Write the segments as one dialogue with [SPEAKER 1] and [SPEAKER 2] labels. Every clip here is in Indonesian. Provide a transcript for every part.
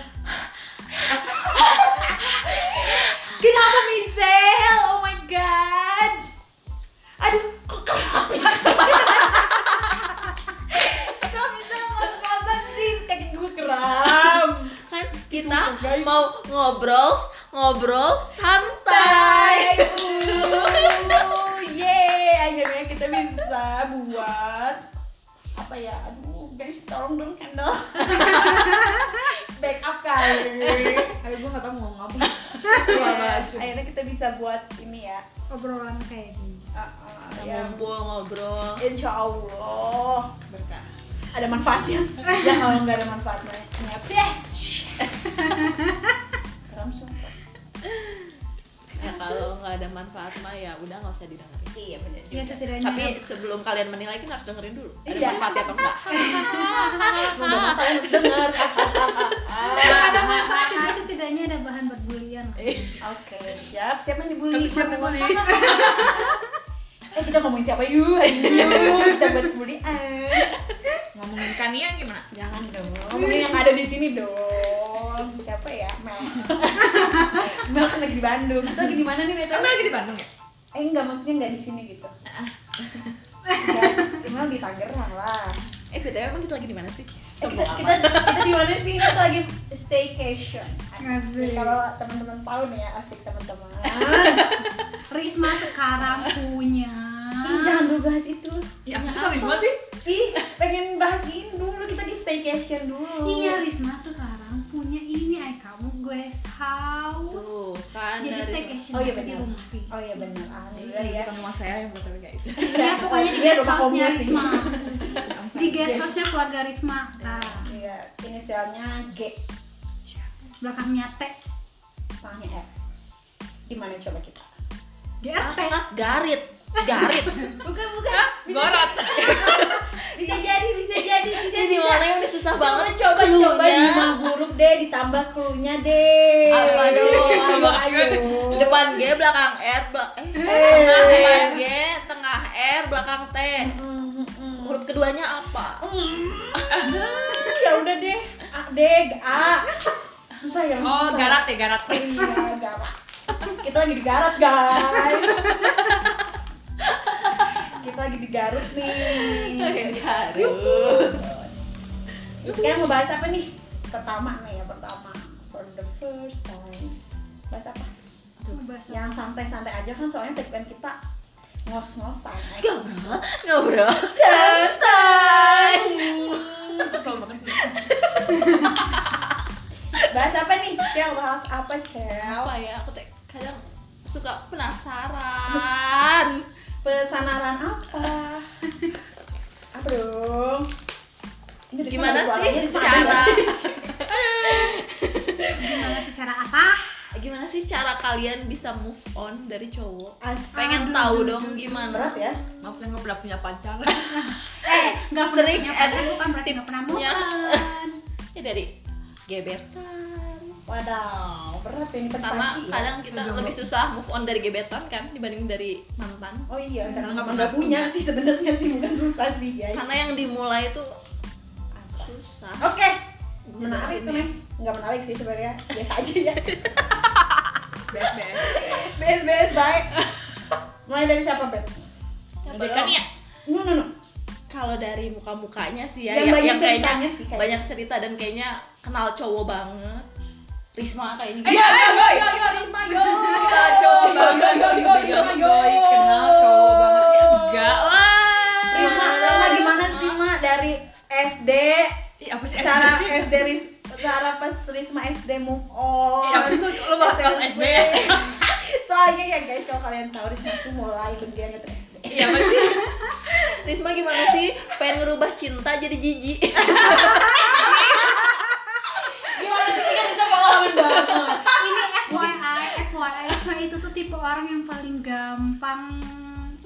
[SPEAKER 1] Oh Kan mau ngobrol ngobrol santai.
[SPEAKER 2] Yeay, akhirnya kita bisa buat apa ya? Aduh, guys, tolong dong handle. Backup kali.
[SPEAKER 3] Aduh gue gak tau mau ngomong apa
[SPEAKER 2] akhirnya kita bisa buat ini ya.
[SPEAKER 3] Obrolan kayak gini
[SPEAKER 2] uh, uh,
[SPEAKER 1] Kita
[SPEAKER 2] yang
[SPEAKER 1] Ngumpul Ya ngobrol.
[SPEAKER 2] Insya Allah
[SPEAKER 3] Berkah
[SPEAKER 2] ada manfaatnya. ya kalau nggak ada manfaatnya, ingat yes. Keren sumpah.
[SPEAKER 1] Ya kalau nggak ada manfaat mah ya udah nggak usah didengerin.
[SPEAKER 2] Iya benar.
[SPEAKER 3] Ya setidaknya
[SPEAKER 1] Tapi Iya. sebelum kalian menilai kan harus dengerin dulu. Ada
[SPEAKER 2] Iya.
[SPEAKER 1] manfaatnya atau enggak?
[SPEAKER 2] Mudah-mudahan kalian harus denger.
[SPEAKER 3] ada manfaat tapi setidaknya ada bahan buat bulian
[SPEAKER 1] Eh,
[SPEAKER 2] Oke, siap. Siapa yang dibully?
[SPEAKER 3] Tapi siapa yang dibully?
[SPEAKER 2] eh kita ngomongin siapa yuk? Ayo, kita buat bulian.
[SPEAKER 4] Ngomongin Kania gimana?
[SPEAKER 2] Jangan dong. Ngomongin yang ada di sini dong. Siapa ya? Mel. Mel kan lagi di Bandung. Kita lagi di mana nih, Meta?
[SPEAKER 4] Kamu lagi di Bandung ya?
[SPEAKER 2] Eh enggak, maksudnya enggak di sini gitu. Ya, Mel di Tangerang lah.
[SPEAKER 1] Eh btw emang kita lagi di mana sih?
[SPEAKER 2] Eh, kita, kita, kita di mana sih? Kita lagi staycation.
[SPEAKER 3] Asik.
[SPEAKER 2] Kalau teman-teman tahu nih ya, asik teman-teman.
[SPEAKER 3] Risma sekarang punya
[SPEAKER 2] Ih, jangan dulu bahas itu.
[SPEAKER 4] Ya, aku suka Risma sih
[SPEAKER 2] Ih, pengen bahas ini dulu. Kita di staycation dulu.
[SPEAKER 3] Iya Risma sekarang punya ini ay kamu guest house
[SPEAKER 1] Tuh kan
[SPEAKER 3] Jadi ya?
[SPEAKER 1] dari
[SPEAKER 3] staycation
[SPEAKER 2] Oh iya
[SPEAKER 3] di
[SPEAKER 2] benar.
[SPEAKER 3] rumah Risma.
[SPEAKER 2] Oh iya benar. Alhamdulillah ya.
[SPEAKER 4] Bukan rumah saya yang btw guys
[SPEAKER 3] Iya pokoknya di
[SPEAKER 2] Iya,
[SPEAKER 3] guest
[SPEAKER 2] rumah
[SPEAKER 3] house-nya
[SPEAKER 2] kamu sih.
[SPEAKER 3] Risma Di guest house-nya keluarga Risma Nah,
[SPEAKER 2] Iya, inisialnya G,
[SPEAKER 3] belakangnya T
[SPEAKER 2] tangannya F. Di mana coba kita?
[SPEAKER 3] GRT
[SPEAKER 1] Garit, garit.
[SPEAKER 2] Bukan, bukan.
[SPEAKER 4] Gorot
[SPEAKER 2] Bisa jadi, bisa jadi. Tidak,
[SPEAKER 1] Ini
[SPEAKER 2] tidak.
[SPEAKER 1] mulai udah susah
[SPEAKER 2] Coba,
[SPEAKER 1] banget.
[SPEAKER 2] coba, coba.
[SPEAKER 1] Cluenya.
[SPEAKER 2] Lima huruf deh, ditambah clue-nya deh.
[SPEAKER 1] Apa
[SPEAKER 2] Aduh,
[SPEAKER 1] sih?
[SPEAKER 2] ayo, ayo.
[SPEAKER 1] Depan G, belakang R, belakang eh
[SPEAKER 2] Eh.
[SPEAKER 1] tengah depan G, tengah R, belakang T.
[SPEAKER 2] Mm, mm, mm.
[SPEAKER 1] Huruf keduanya apa?
[SPEAKER 2] ya udah deh A deh A susah ya
[SPEAKER 4] Oh,
[SPEAKER 2] susah.
[SPEAKER 4] garat ya, garat
[SPEAKER 2] iya garat kita lagi di garat guys kita lagi di Garut nih
[SPEAKER 1] Garit.
[SPEAKER 2] sekarang mau bahas apa nih pertama nih ya pertama for the first time bahas apa yang santai-santai aja kan soalnya tagline kita ngos-ngosan guys.
[SPEAKER 1] Ngobrol, ngobrol santai.
[SPEAKER 2] bahas apa nih Cel bahas apa Cel
[SPEAKER 1] Apa ya? Aku teh kadang suka penasaran.
[SPEAKER 2] Pesanaran apa? apa dong? Ini Rizky
[SPEAKER 1] Gimana
[SPEAKER 2] ada
[SPEAKER 1] sih
[SPEAKER 2] suaranya, Rizky ada
[SPEAKER 1] cara?
[SPEAKER 2] nggak sih?
[SPEAKER 3] Gimana secara apa?
[SPEAKER 1] Gimana sih cara kalian bisa move on dari cowok?
[SPEAKER 2] Asik.
[SPEAKER 1] Pengen tahu dong gimana.
[SPEAKER 2] Berat ya?
[SPEAKER 4] Maaf, saya nggak pernah punya pacar
[SPEAKER 3] Eh, nggak pernah
[SPEAKER 1] Trik
[SPEAKER 3] punya
[SPEAKER 1] and
[SPEAKER 3] pacar bukan berarti nggak pernah move
[SPEAKER 1] tipsnya.
[SPEAKER 3] on.
[SPEAKER 1] Ya dari gebetan.
[SPEAKER 2] Wadaw, berat ya, ini
[SPEAKER 1] Pertama,
[SPEAKER 2] pagi-pagi ya?
[SPEAKER 1] kadang kita
[SPEAKER 4] Jomblo.
[SPEAKER 1] lebih susah move on dari gebetan kan dibanding dari mantan.
[SPEAKER 2] Oh iya, karena
[SPEAKER 4] Karena nggak
[SPEAKER 2] nggak
[SPEAKER 4] pernah
[SPEAKER 2] punya sih sebenarnya sih, bukan susah sih guys
[SPEAKER 1] Karena yang dimulai itu susah.
[SPEAKER 2] Oke,
[SPEAKER 1] Jadi
[SPEAKER 2] menarik tuh
[SPEAKER 1] ini.
[SPEAKER 2] nih Nggak menarik sih sebenarnya, biasa aja ya
[SPEAKER 4] Best-best
[SPEAKER 2] Bes-bes, baik Mulai dari siapa, Beb?
[SPEAKER 1] Siapa
[SPEAKER 4] Dari
[SPEAKER 1] dong?
[SPEAKER 2] ya?
[SPEAKER 4] Kania
[SPEAKER 2] No, no, no
[SPEAKER 1] Kalau dari muka-mukanya sih ya, yang,
[SPEAKER 2] Yang banyak
[SPEAKER 1] yang kayaknya
[SPEAKER 2] ceritanya sih kayaknya.
[SPEAKER 1] banyak cerita dan kayaknya kenal cowok banget. Risma kayaknya gitu.
[SPEAKER 2] Eh,
[SPEAKER 4] Iya, yo, yo, yo, Risma, yo Kita coba, yo, yo, yo, yo, yo Kenal cowok banget ya Enggak lah
[SPEAKER 2] Risma,
[SPEAKER 1] Iya.
[SPEAKER 2] Rama gimana sih, Ma? Dari SD
[SPEAKER 4] Ih, apa sih
[SPEAKER 2] cara
[SPEAKER 4] SD?
[SPEAKER 2] SD Ris cara pas Risma SD move on
[SPEAKER 4] Ya, betul, lo bahas bahas SD ya?
[SPEAKER 2] soalnya ya guys kalau kalian tahu Risma tuh mulai kemudian dari SD
[SPEAKER 4] Iya, apa sih?
[SPEAKER 1] Risma gimana sih pengen ngerubah cinta jadi jijik?
[SPEAKER 2] gimana sih kan kita pengalaman banget
[SPEAKER 3] Ini FYI, FYI, so itu tuh tipe orang yang paling gampang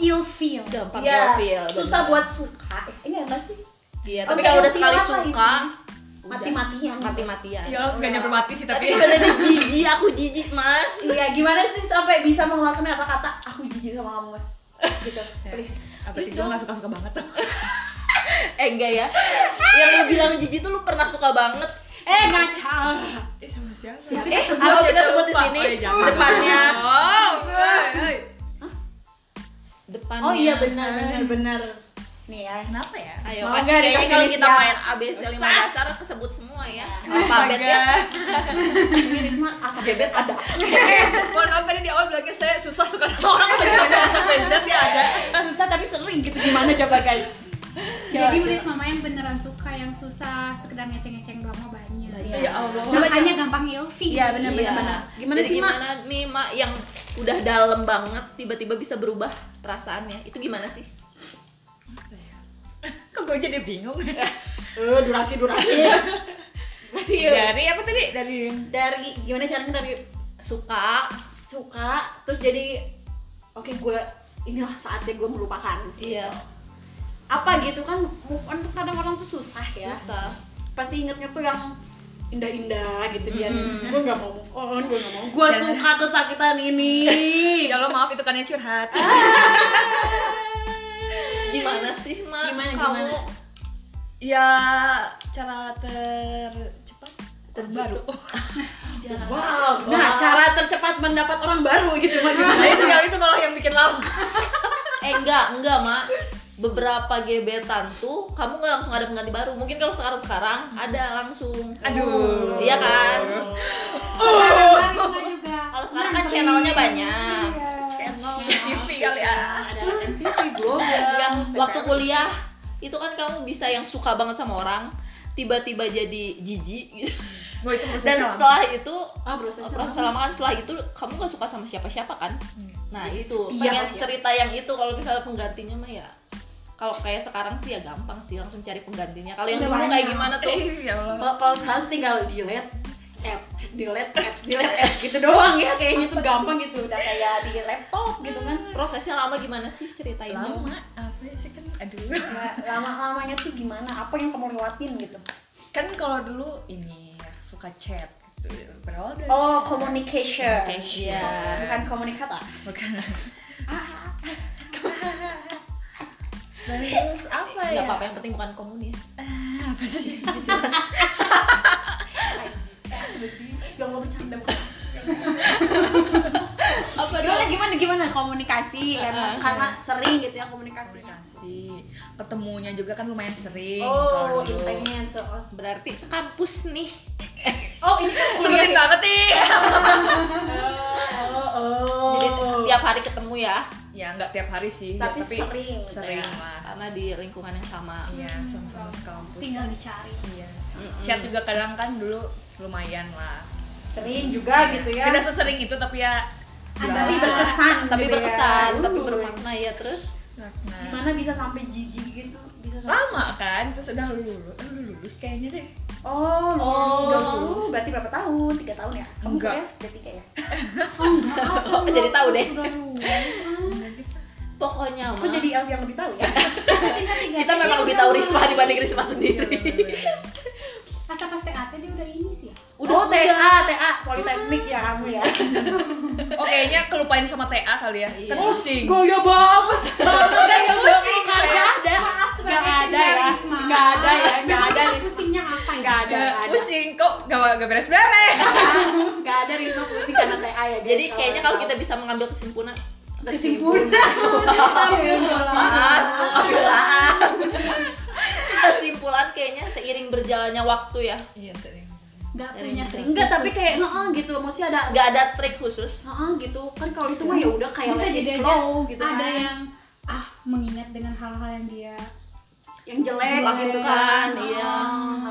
[SPEAKER 3] ill feel.
[SPEAKER 1] Gampang
[SPEAKER 2] ya
[SPEAKER 1] ilfil,
[SPEAKER 2] susah
[SPEAKER 1] bener.
[SPEAKER 2] buat suka eh, ini apa sih
[SPEAKER 1] Iya,
[SPEAKER 2] Oh,
[SPEAKER 1] tapi kalau udah
[SPEAKER 2] ilfil
[SPEAKER 1] sekali
[SPEAKER 2] apa
[SPEAKER 1] suka
[SPEAKER 2] ini? Mati-matian.
[SPEAKER 1] udah. Mati-matian.
[SPEAKER 4] Ya, nggak nyampe mati sih,
[SPEAKER 1] Tapi
[SPEAKER 4] tapi
[SPEAKER 1] sebenarnya jijik, aku jijik, Mas.
[SPEAKER 2] iya gimana sih sampai bisa mengeluarkan kata-kata aku jijik sama kamu mas gitu please
[SPEAKER 4] Berarti
[SPEAKER 1] Please
[SPEAKER 4] gue
[SPEAKER 1] dong.
[SPEAKER 4] nggak suka-suka banget
[SPEAKER 1] Eh, enggak ya. Yang lu bilang jijik tuh lu pernah suka banget.
[SPEAKER 2] eh ngaca
[SPEAKER 4] Eh, sama siapa?
[SPEAKER 1] Eh, kalau kita sebut di sini depannya
[SPEAKER 4] Oh,
[SPEAKER 2] Iya,
[SPEAKER 1] depannya
[SPEAKER 2] oh iya benar benar benar Nih ya.
[SPEAKER 4] Kenapa ya?
[SPEAKER 1] Ayo,
[SPEAKER 2] Mau
[SPEAKER 1] Kak,
[SPEAKER 2] nggak
[SPEAKER 1] kayaknya
[SPEAKER 2] dikasih
[SPEAKER 1] kalau kita
[SPEAKER 2] listnya?
[SPEAKER 1] main ABC 5 dasar kesebut semua ya. Alfabet ya.
[SPEAKER 4] Astaga.
[SPEAKER 2] Ini Risma asal bebet ada.
[SPEAKER 4] Mohon maaf tadi di awal bilangnya saya susah suka sama orang tapi
[SPEAKER 2] Iya,
[SPEAKER 4] sampai sampai Z ya ada.
[SPEAKER 2] Susah tapi sering gitu gimana coba guys.
[SPEAKER 3] Jadi udah mama yang beneran suka, yang susah sekedar ngeceng-ngeceng doang mah banyak.
[SPEAKER 2] Banyak.
[SPEAKER 4] Ya Allah.
[SPEAKER 2] Iya. Coba,
[SPEAKER 3] Makanya gampang ilfil.
[SPEAKER 4] Iya, benar, benar,
[SPEAKER 1] Iya.
[SPEAKER 4] benar.
[SPEAKER 2] Gimana
[SPEAKER 1] Jadi
[SPEAKER 2] sih, Mak?
[SPEAKER 1] Gimana nih Mak yang udah dalam banget tiba-tiba bisa berubah perasaannya? Itu gimana sih?
[SPEAKER 4] Kok gue jadi bingung.
[SPEAKER 2] Eh durasi durasi. durasi yuk.
[SPEAKER 4] Iya. Dari apa tadi? Dari
[SPEAKER 2] Dari gimana caranya dari
[SPEAKER 1] Suka.
[SPEAKER 2] suka terus jadi oke gue inilah saatnya gue melupakan.
[SPEAKER 1] Iya,
[SPEAKER 2] Apa gitu kan move on tuh kadang orang tuh susah ya.
[SPEAKER 1] susah.
[SPEAKER 2] Pasti ingetnya tuh yang indah-indah gitu biar
[SPEAKER 1] Mm-mm.
[SPEAKER 2] gue nggak mau move on gue nggak mau gue suka kesakitan ini
[SPEAKER 4] Ya Allah maaf itu kan yang curhat.
[SPEAKER 1] Gimana sih, Mak?
[SPEAKER 2] Gimana,
[SPEAKER 1] kamu
[SPEAKER 2] gimana?
[SPEAKER 4] Ya cara tercepat
[SPEAKER 2] Terbaru.
[SPEAKER 1] Jalan.
[SPEAKER 2] Wow, nah cara tercepat mendapat orang baru gitu Mak.
[SPEAKER 4] Nah,
[SPEAKER 2] gimana
[SPEAKER 4] itu kalau itu malah yang bikin lama.
[SPEAKER 1] Eh, enggak, enggak, Mak. Beberapa gebetan tuh kamu nggak langsung ada pengganti baru. Mungkin kalau sekarang-sekarang ada langsung.
[SPEAKER 4] Aduh.
[SPEAKER 1] Iya kan?
[SPEAKER 3] Sekarang Risma juga.
[SPEAKER 1] Kalau sekarang kan
[SPEAKER 3] Nganterin.
[SPEAKER 1] channelnya banyak.
[SPEAKER 3] Iya.
[SPEAKER 4] TV kali ya.
[SPEAKER 2] ada MTV Global
[SPEAKER 1] Ya, waktu kuliah itu kan kamu bisa yang suka banget sama orang, tiba-tiba jadi jijik gitu.
[SPEAKER 4] Gue itu proses
[SPEAKER 1] Dan
[SPEAKER 4] lama.
[SPEAKER 1] setelah itu
[SPEAKER 2] ah proses
[SPEAKER 1] proses lama kan setelah itu kamu gak suka sama siapa-siapa kan? Nah, itu
[SPEAKER 2] setia
[SPEAKER 1] pengen
[SPEAKER 2] ya.
[SPEAKER 1] cerita yang itu kalau misalnya penggantinya mah ya kalau kayak sekarang sih ya gampang sih langsung cari penggantinya. Kalau yang
[SPEAKER 3] Udah
[SPEAKER 1] dulu kayak
[SPEAKER 3] banyak.
[SPEAKER 1] gimana tuh?
[SPEAKER 4] Eh, ya Allah.
[SPEAKER 2] kalau kalau sekarang sih tinggal delete app delete app delete app gitu doang ya kayaknya tuh gampang gitu udah kayak di laptop gitu kan
[SPEAKER 1] Prosesnya lama gimana sih ceritain dong.
[SPEAKER 4] lama apa sih kan aduh
[SPEAKER 2] Ya, lama-lamanya tuh gimana apa yang kamu lewatin gitu
[SPEAKER 4] kan kalau dulu ini suka chat gitu berawal dari
[SPEAKER 2] oh communication Iya.
[SPEAKER 4] Communication.
[SPEAKER 2] bukan komunikator
[SPEAKER 4] bukan Ah, terus apa
[SPEAKER 1] Gak
[SPEAKER 4] ya
[SPEAKER 1] apa-apa yang penting bukan komunis.
[SPEAKER 4] Eh, apa sih
[SPEAKER 2] gak mau bercanda bukan
[SPEAKER 1] Apa
[SPEAKER 2] gimana gimana gimana komunikasi
[SPEAKER 1] Ah,
[SPEAKER 2] karena,
[SPEAKER 1] ah,
[SPEAKER 2] karena sering gitu ya komunikasi
[SPEAKER 4] komunikasi ketemunya juga kan lumayan sering
[SPEAKER 2] oh
[SPEAKER 4] kalau dulu
[SPEAKER 2] intense oh.
[SPEAKER 1] Berarti sekampus nih.
[SPEAKER 2] oh ini kan
[SPEAKER 4] sebutin banget nih
[SPEAKER 2] oh
[SPEAKER 1] Jadi
[SPEAKER 2] oh
[SPEAKER 1] tiap hari ketemu ya
[SPEAKER 4] ya nggak tiap hari sih
[SPEAKER 2] tapi,
[SPEAKER 4] ya,
[SPEAKER 2] sering
[SPEAKER 4] sering lah
[SPEAKER 1] karena di lingkungan yang sama.
[SPEAKER 4] iya sama-sama kampus
[SPEAKER 3] Tinggal dicari.
[SPEAKER 4] iya
[SPEAKER 1] Mm-mm.
[SPEAKER 4] chat juga kadang kan dulu lumayan lah
[SPEAKER 2] sering juga gitu ya
[SPEAKER 4] tidak sesering itu tapi ya
[SPEAKER 3] Ada
[SPEAKER 2] tapi
[SPEAKER 3] lah.
[SPEAKER 2] berkesan
[SPEAKER 1] Tapi
[SPEAKER 2] gitu ya.
[SPEAKER 1] berkesan, tapi
[SPEAKER 2] Uh.
[SPEAKER 1] bermakna ya terus.
[SPEAKER 4] berkesan.
[SPEAKER 2] gimana bisa sampai jijik gitu bisa sampai
[SPEAKER 4] Nah, lama kan terus udah lulus eh, lu lulus kayaknya deh
[SPEAKER 2] oh
[SPEAKER 1] Oh.
[SPEAKER 2] udah lulus berarti berapa tahun tiga tahun ya kamu
[SPEAKER 4] Enggak.
[SPEAKER 2] kuliah udah tiga ya
[SPEAKER 3] Oh, enggak, ah, sama.
[SPEAKER 1] Jadi tahu deh.
[SPEAKER 3] Sudah lulus.
[SPEAKER 1] Pokoknya
[SPEAKER 2] aku
[SPEAKER 1] mah,
[SPEAKER 2] jadi elf yang lebih tahu ya
[SPEAKER 3] Tiga-tiganya
[SPEAKER 1] kita memang
[SPEAKER 3] dia
[SPEAKER 1] lebih
[SPEAKER 3] udah
[SPEAKER 1] tahu
[SPEAKER 3] mulai.
[SPEAKER 1] Risma dibanding Risma
[SPEAKER 4] Iya,
[SPEAKER 1] sendiri.
[SPEAKER 3] Asa pas TAT dia udah ini sih. ya?
[SPEAKER 2] udah
[SPEAKER 1] Oh,
[SPEAKER 2] TA TA politeknik ya kamu ya
[SPEAKER 4] oh kayaknya kelupain sama TA kali ya
[SPEAKER 1] Iya.
[SPEAKER 4] kan pusing
[SPEAKER 2] gaya banget gaya banget
[SPEAKER 1] Gak ada.
[SPEAKER 3] Maaf sebagai
[SPEAKER 2] Nggak ada
[SPEAKER 3] pendengar
[SPEAKER 2] ya.
[SPEAKER 3] Risma.
[SPEAKER 2] Nggak ada ya, nggak ada,
[SPEAKER 3] Kita
[SPEAKER 2] Risma.
[SPEAKER 3] Pusingnya apa ya?
[SPEAKER 2] Nggak ada.
[SPEAKER 4] Ya, pusing kok gak, gak beres-beres
[SPEAKER 2] nggak ada Risma pusing karena TA ya guys.
[SPEAKER 1] Jadi kayaknya kalau kita bisa mengambil kesimpulan
[SPEAKER 2] kesimpulan
[SPEAKER 1] Maaf, kesimpulan. kesimpulan kayaknya seiring berjalannya waktu ya.
[SPEAKER 4] iya sering
[SPEAKER 3] Enggak punya trik.
[SPEAKER 2] enggak tapi kayak heeh gitu maksudnya ada
[SPEAKER 1] Gak ada trik khusus.
[SPEAKER 2] heeh gitu kan kalau itu mah ya udah kayak
[SPEAKER 3] Iya. bisa
[SPEAKER 2] let it
[SPEAKER 3] jadi aja
[SPEAKER 2] flow gitu
[SPEAKER 3] ada
[SPEAKER 2] kan
[SPEAKER 3] yang ah mengingat dengan hal-hal yang dia
[SPEAKER 2] yang jelek
[SPEAKER 1] Jelek itu
[SPEAKER 2] gitu kan
[SPEAKER 1] kan,
[SPEAKER 2] iya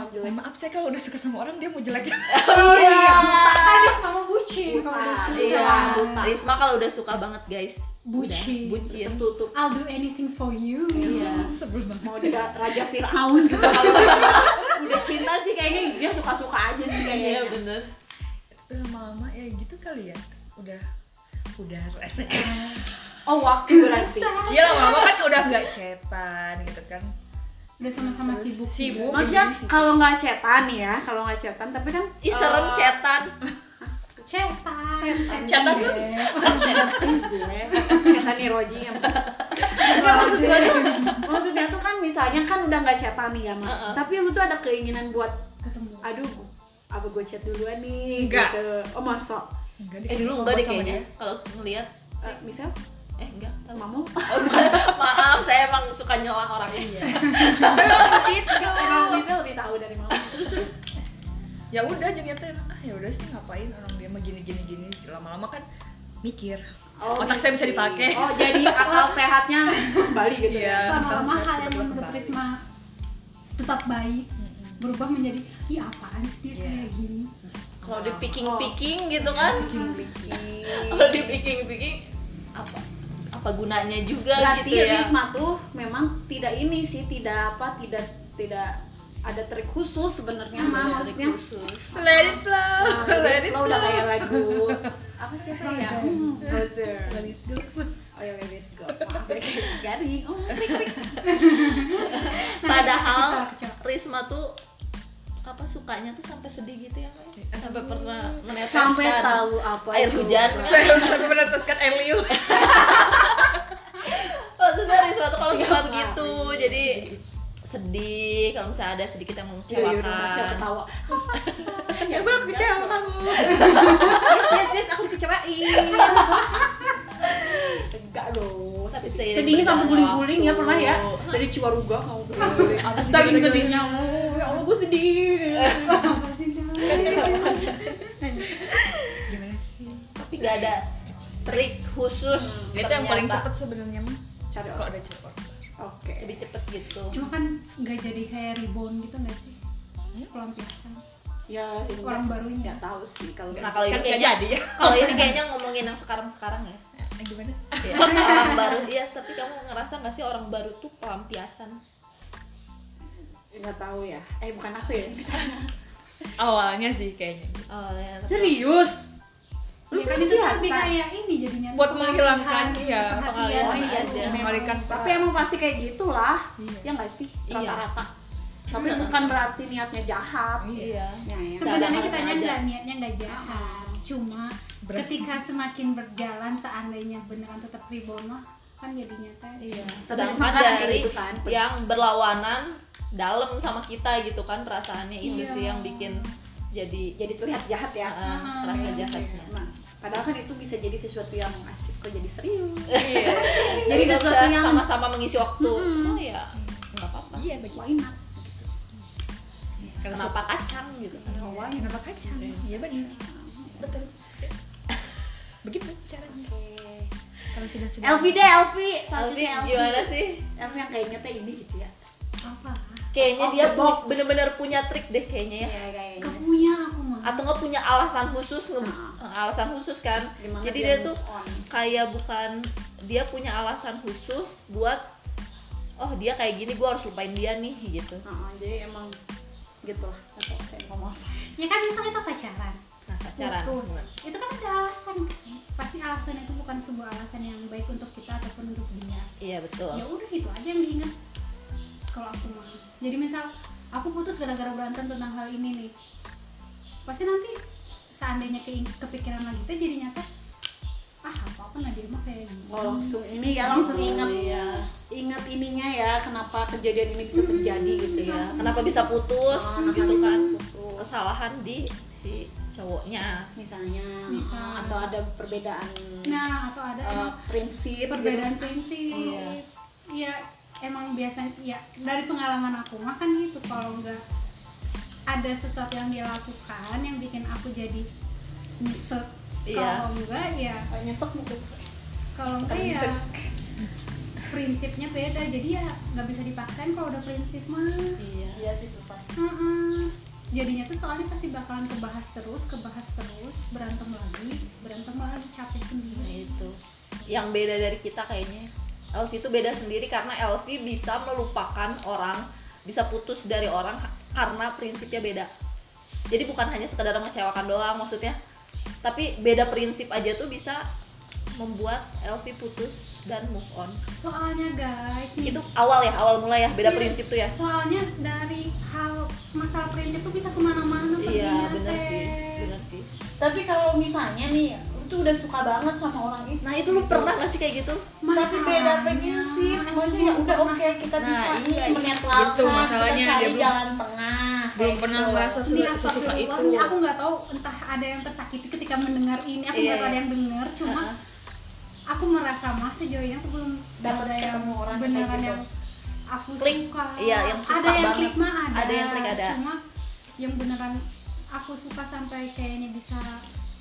[SPEAKER 1] iya.
[SPEAKER 4] Eh, maaf saya kalau udah suka sama orang dia mau jelek
[SPEAKER 1] Oh
[SPEAKER 3] kan Risma mau bucin
[SPEAKER 2] Buta.
[SPEAKER 3] kalau udah suka.
[SPEAKER 1] Iya.
[SPEAKER 2] Buta.
[SPEAKER 1] Risma kalau udah suka banget guys. Udah,
[SPEAKER 3] Bucin.
[SPEAKER 1] Bucin.
[SPEAKER 2] tertutup
[SPEAKER 3] I'll do anything for you
[SPEAKER 1] Iya.
[SPEAKER 4] sebelum banget
[SPEAKER 2] mau dia raja Fir'aun gitu kalau udah cinta sih kayaknya dia suka-suka aja sih
[SPEAKER 1] Iya
[SPEAKER 2] kayaknya
[SPEAKER 1] bener.
[SPEAKER 4] tapi lama-lama ya gitu kali ya udah udah rese
[SPEAKER 2] oh waktu berarti
[SPEAKER 4] iya lama-lama Iya kan udah gak chatan gitu kan
[SPEAKER 3] udah sama-sama
[SPEAKER 4] Terus
[SPEAKER 3] sibuk
[SPEAKER 4] sibuk.
[SPEAKER 2] maksudnya kalau nggak cetan ya kalau nggak cetan tapi kan
[SPEAKER 1] Ih serem
[SPEAKER 2] eh,
[SPEAKER 1] cetan.
[SPEAKER 3] cetan
[SPEAKER 4] chatan tuh
[SPEAKER 2] gue cetan nih Roji yang Nggak, maksud gue tuh maksudnya tuh kan misalnya kan udah nggak cetan nih ya Mak.
[SPEAKER 1] Heeh.
[SPEAKER 2] tapi lu tuh ada keinginan buat
[SPEAKER 3] ketemu
[SPEAKER 2] aduh apa gue chat duluan nih
[SPEAKER 4] Enggak.
[SPEAKER 2] gitu oh masa
[SPEAKER 4] Eh, enggak
[SPEAKER 1] Eh dulu enggak deh kayaknya. Kalau ngelihat
[SPEAKER 2] Eh, misal
[SPEAKER 1] eh eh enggak tahu.
[SPEAKER 2] Mamu?
[SPEAKER 1] oh, bukan maaf saya emang suka nyelah orangnya
[SPEAKER 3] gitu
[SPEAKER 2] Emang Lisa lebih tahu dari mama. Terus terus.
[SPEAKER 4] ya udah jadinya tuh emang, ah ya udah sih ngapain orang dia mah gini gini gini lama-lama kan mikir otak saya bisa dipakai
[SPEAKER 2] Oh, jadi akal sehatnya kembali gitu ya.
[SPEAKER 4] Iya.
[SPEAKER 3] lama-lama
[SPEAKER 4] Tetap-
[SPEAKER 3] hal yang
[SPEAKER 4] tetap
[SPEAKER 3] menurut
[SPEAKER 4] baik.
[SPEAKER 3] Risma tetap baik berubah menjadi ih apaan sih dia
[SPEAKER 4] Iya.
[SPEAKER 3] kayak gini
[SPEAKER 1] kalau di picking picking gitu kan
[SPEAKER 4] bikin-bikin
[SPEAKER 1] kalau di picking picking apa apa gunanya juga
[SPEAKER 2] Berarti
[SPEAKER 1] gitu ya
[SPEAKER 2] Risma tuh memang tidak ini sih, tidak apa, tidak tidak ada trik khusus sebenarnya
[SPEAKER 4] Iya,
[SPEAKER 2] mah maksudnya
[SPEAKER 4] let it Nah, flow
[SPEAKER 2] Ah,
[SPEAKER 4] let
[SPEAKER 2] jadi
[SPEAKER 4] it
[SPEAKER 2] flow udah kayak lagu apa sih apa ya?
[SPEAKER 3] Frozen.
[SPEAKER 2] Hmm, Frozen.
[SPEAKER 4] let it flow.
[SPEAKER 2] Oh ya let it go. Maaf ya kayak garing. Oh, klik, klik.
[SPEAKER 1] padahal
[SPEAKER 3] Nanti pasti salah
[SPEAKER 1] Risma tuh apa sukanya tuh sampai sedih gitu ya Kak? sampai pernah meneteskan
[SPEAKER 2] sampai tahu apa
[SPEAKER 1] air
[SPEAKER 2] itu. Iya,
[SPEAKER 1] hujan
[SPEAKER 4] saya sampai meneteskan air liu
[SPEAKER 1] maksudnya Risma tuh kalau suka gitu jadi sedih kalau misalnya ada sedikit yang
[SPEAKER 2] Iya, iya, udah masih
[SPEAKER 1] mengecewakan
[SPEAKER 2] ketawa.
[SPEAKER 4] ya gue kecewa kamu
[SPEAKER 2] yes yes yes aku dikecewain enggak loh tapi
[SPEAKER 1] Seiring
[SPEAKER 2] sedihnya sampai
[SPEAKER 1] berjalannya
[SPEAKER 2] guling-guling ya
[SPEAKER 1] waktu.
[SPEAKER 2] pernah ya dari Ciwaruga kamu guling-guling. Apa sih saking sedihnya oh ya Allah gue sedih
[SPEAKER 3] kecil. apa sih Dai?
[SPEAKER 4] gimana sih
[SPEAKER 1] tapi nggak ada trik khusus
[SPEAKER 4] Hmm, itu yang paling
[SPEAKER 1] ternyata.
[SPEAKER 4] cepet sebenarnya mah
[SPEAKER 2] cari
[SPEAKER 4] kalau
[SPEAKER 2] orang
[SPEAKER 4] ada cepet
[SPEAKER 2] oke
[SPEAKER 1] lebih cepet gitu
[SPEAKER 3] cuma kan nggak jadi kayak rebound gitu nggak sih pelampiasan
[SPEAKER 2] ya
[SPEAKER 3] Orang barunya.
[SPEAKER 2] nggak tahu sih kalau
[SPEAKER 1] nah kalau ini
[SPEAKER 4] kan gak
[SPEAKER 1] kayaknya
[SPEAKER 4] jadi ya
[SPEAKER 1] kalau ini kayaknya ngomongin yang sekarang sekarang ya
[SPEAKER 4] Eh, gimana
[SPEAKER 1] Iya, orang baru iya tapi kamu ngerasa nggak sih orang baru tuh pelampiasan
[SPEAKER 2] nggak tahu ya eh bukan aku ya
[SPEAKER 4] awalnya sih kayaknya
[SPEAKER 1] awalnya
[SPEAKER 2] serius Lu
[SPEAKER 3] ya kan
[SPEAKER 2] kan
[SPEAKER 3] itu tuh
[SPEAKER 2] biasa.
[SPEAKER 3] lebih kayak ini jadinya
[SPEAKER 4] Buat
[SPEAKER 3] pengalihan,
[SPEAKER 4] menghilangkan, iya,
[SPEAKER 3] perhatian
[SPEAKER 1] pengalihan
[SPEAKER 2] oh iya
[SPEAKER 1] aja.
[SPEAKER 2] sih memang.
[SPEAKER 4] Membalikan
[SPEAKER 2] tapi emang pasti kayak gitulah
[SPEAKER 4] Iya.
[SPEAKER 2] ya nggak sih
[SPEAKER 1] Iya.
[SPEAKER 2] rata-rata tapi
[SPEAKER 1] Hmm.
[SPEAKER 2] bukan berarti niatnya jahat
[SPEAKER 1] iya
[SPEAKER 2] ya, ya.
[SPEAKER 3] sebenarnya
[SPEAKER 1] Secara
[SPEAKER 3] kita
[SPEAKER 1] nggak
[SPEAKER 3] nggak niatnya nggak
[SPEAKER 1] Ah,
[SPEAKER 3] jahat cuma
[SPEAKER 4] Beres.
[SPEAKER 3] ketika semakin berjalan seandainya beneran tetap rebound mah kan jadinya tadi
[SPEAKER 1] iya
[SPEAKER 2] Risma
[SPEAKER 1] sedangkan
[SPEAKER 2] kan kayak
[SPEAKER 1] dari
[SPEAKER 2] gitu kan, pers-
[SPEAKER 1] yang berlawanan dalam sama kita gitu kan perasaannya itu
[SPEAKER 3] Iya.
[SPEAKER 1] sih yang bikin jadi
[SPEAKER 2] jadi terlihat jahat ya
[SPEAKER 1] ah, rasa jahatnya
[SPEAKER 2] Nah, padahal kan itu bisa jadi sesuatu yang asik kok jadi serius.
[SPEAKER 4] iya
[SPEAKER 2] Jadi
[SPEAKER 1] Kalau
[SPEAKER 2] sesuatu
[SPEAKER 1] bisa
[SPEAKER 2] yang-
[SPEAKER 1] sama-sama mengisi waktu
[SPEAKER 2] Mm-mm.
[SPEAKER 1] oh ya nggak apa-apa
[SPEAKER 4] iya bagi
[SPEAKER 2] Why not? Gitu.
[SPEAKER 1] kenapa kacang gitu
[SPEAKER 2] Iya.
[SPEAKER 1] kan
[SPEAKER 4] Awal kenapa kacang? Iya benar.
[SPEAKER 2] Betul.
[SPEAKER 4] Begitu caranya.
[SPEAKER 2] Oke.
[SPEAKER 4] Kalau sudah sudah.
[SPEAKER 2] Elvi deh, Elvi.
[SPEAKER 1] Aldi gimana sih
[SPEAKER 2] Elvi yang kayaknya teh ini gitu ya.
[SPEAKER 3] apa
[SPEAKER 1] kayaknya
[SPEAKER 2] Off
[SPEAKER 1] dia
[SPEAKER 2] the box.
[SPEAKER 1] pu- bener-bener punya trik deh kayaknya ya
[SPEAKER 2] Iya, kayaknya.
[SPEAKER 3] kepunya aku mah
[SPEAKER 1] atau nggak punya alasan khusus nge-
[SPEAKER 2] Ah.
[SPEAKER 1] alasan khusus kan
[SPEAKER 2] Gimana
[SPEAKER 1] jadi
[SPEAKER 2] dia
[SPEAKER 1] dia
[SPEAKER 2] move
[SPEAKER 1] tuh
[SPEAKER 2] on?
[SPEAKER 1] kayak bukan dia punya alasan khusus buat oh dia kayak gini gue harus lupain dia nih gitu
[SPEAKER 2] Heeh, jadi emang gitu lah. Nggak tahu saya ngomong apa.
[SPEAKER 3] ya kan misalnya kita pacaran
[SPEAKER 1] nah pacaran
[SPEAKER 3] putus itu kan ada alasan pasti alasan itu bukan sebuah alasan yang baik untuk kita ataupun untuk dia
[SPEAKER 1] iya
[SPEAKER 3] ya
[SPEAKER 1] betul
[SPEAKER 3] udah itu aja yang diingat kalau aku mah jadi misal aku putus gara-gara berantem tentang hal ini nih pasti nanti seandainya keing- kepikiran lagi teh jadi nyata ah apa apa nah dia mah kayak gini
[SPEAKER 2] Oh, langsung ini ya langsung
[SPEAKER 1] Gitu,
[SPEAKER 2] ingat
[SPEAKER 1] iya.
[SPEAKER 2] ingat ininya ya kenapa kejadian ini bisa terjadi gitu ya.
[SPEAKER 1] iya kenapa bisa putus
[SPEAKER 2] Ah,
[SPEAKER 1] gitu kan
[SPEAKER 2] putus.
[SPEAKER 1] kesalahan di si cowoknya
[SPEAKER 2] Misalnya,
[SPEAKER 3] Misal.
[SPEAKER 2] atau ada perbedaan
[SPEAKER 3] nah atau ada
[SPEAKER 2] eh,
[SPEAKER 3] emang
[SPEAKER 2] prinsip gitu.
[SPEAKER 3] perbedaan prinsip
[SPEAKER 1] oh, Iya.
[SPEAKER 3] ya emang biasanya ya dari pengalaman aku mah kan gitu kalau nggak ada sesuatu yang dia lakukan yang bikin aku jadi nyesek
[SPEAKER 1] Iya.
[SPEAKER 3] kalau enggak ya
[SPEAKER 2] Oh, nyesek gitu.
[SPEAKER 3] kalau enggak ya prinsipnya beda jadi ya nggak bisa dipaksain kalau udah prinsip mah
[SPEAKER 1] iya
[SPEAKER 2] Iya sih susah sih.
[SPEAKER 3] Mm-mm. jadinya tuh soalnya pasti bakalan kebahas terus kebahas terus berantem lagi berantem lagi capek
[SPEAKER 1] Nah,
[SPEAKER 3] sendiri
[SPEAKER 1] itu yang beda dari kita kayaknya Elvi itu beda sendiri karena Elvi bisa melupakan orang bisa putus dari orang ha- karena prinsipnya beda jadi bukan hanya sekedar mengecewakan doang maksudnya tapi beda prinsip aja tuh bisa membuat Elvi putus dan move on
[SPEAKER 3] soalnya guys nih,
[SPEAKER 1] itu awal ya awal mulai ya beda
[SPEAKER 3] Iya.
[SPEAKER 1] prinsip tuh ya
[SPEAKER 3] soalnya dari hal masalah prinsip tuh bisa kemana-mana
[SPEAKER 1] iya
[SPEAKER 3] perginya,
[SPEAKER 1] bener
[SPEAKER 3] Teh.
[SPEAKER 1] sih bener sih
[SPEAKER 2] Tapi kalau misalnya nih, lu tuh udah suka banget sama orang itu.
[SPEAKER 1] nah itu lu pernah gak sih kayak gitu
[SPEAKER 2] Tapi beda prinsip,
[SPEAKER 3] Nah,
[SPEAKER 2] maksudnya ya udah oke kita
[SPEAKER 1] Nah,
[SPEAKER 2] bisa
[SPEAKER 1] iya, iya.
[SPEAKER 2] menyetelakan,
[SPEAKER 4] Gitu masalahnya,
[SPEAKER 2] kita cari
[SPEAKER 4] dia belum-
[SPEAKER 2] jalan tengah.
[SPEAKER 4] Belum
[SPEAKER 2] kayak
[SPEAKER 4] pernah
[SPEAKER 2] gitu.
[SPEAKER 4] merasa
[SPEAKER 3] Ini
[SPEAKER 4] sesuka, sesuka itu.
[SPEAKER 3] astagfirullah, aku nggak tahu entah ada yang tersakiti ketika mendengar ini aku
[SPEAKER 1] Iya,
[SPEAKER 3] nggak tahu
[SPEAKER 1] iya.
[SPEAKER 3] ada yang dengar cuma
[SPEAKER 1] Ah,
[SPEAKER 3] aku merasa mah sejauh ini aku belum
[SPEAKER 2] Dapat
[SPEAKER 3] ada yang
[SPEAKER 2] ketemu orang yang
[SPEAKER 3] beneran
[SPEAKER 2] kayak gitu.
[SPEAKER 3] yang aku
[SPEAKER 1] Klik.
[SPEAKER 3] suka
[SPEAKER 1] Iya, yang suka
[SPEAKER 3] ada yang
[SPEAKER 1] banget.
[SPEAKER 3] klik mah ada,
[SPEAKER 1] Ada yang klik ada.
[SPEAKER 3] cuma yang beneran aku suka sampai kayaknya bisa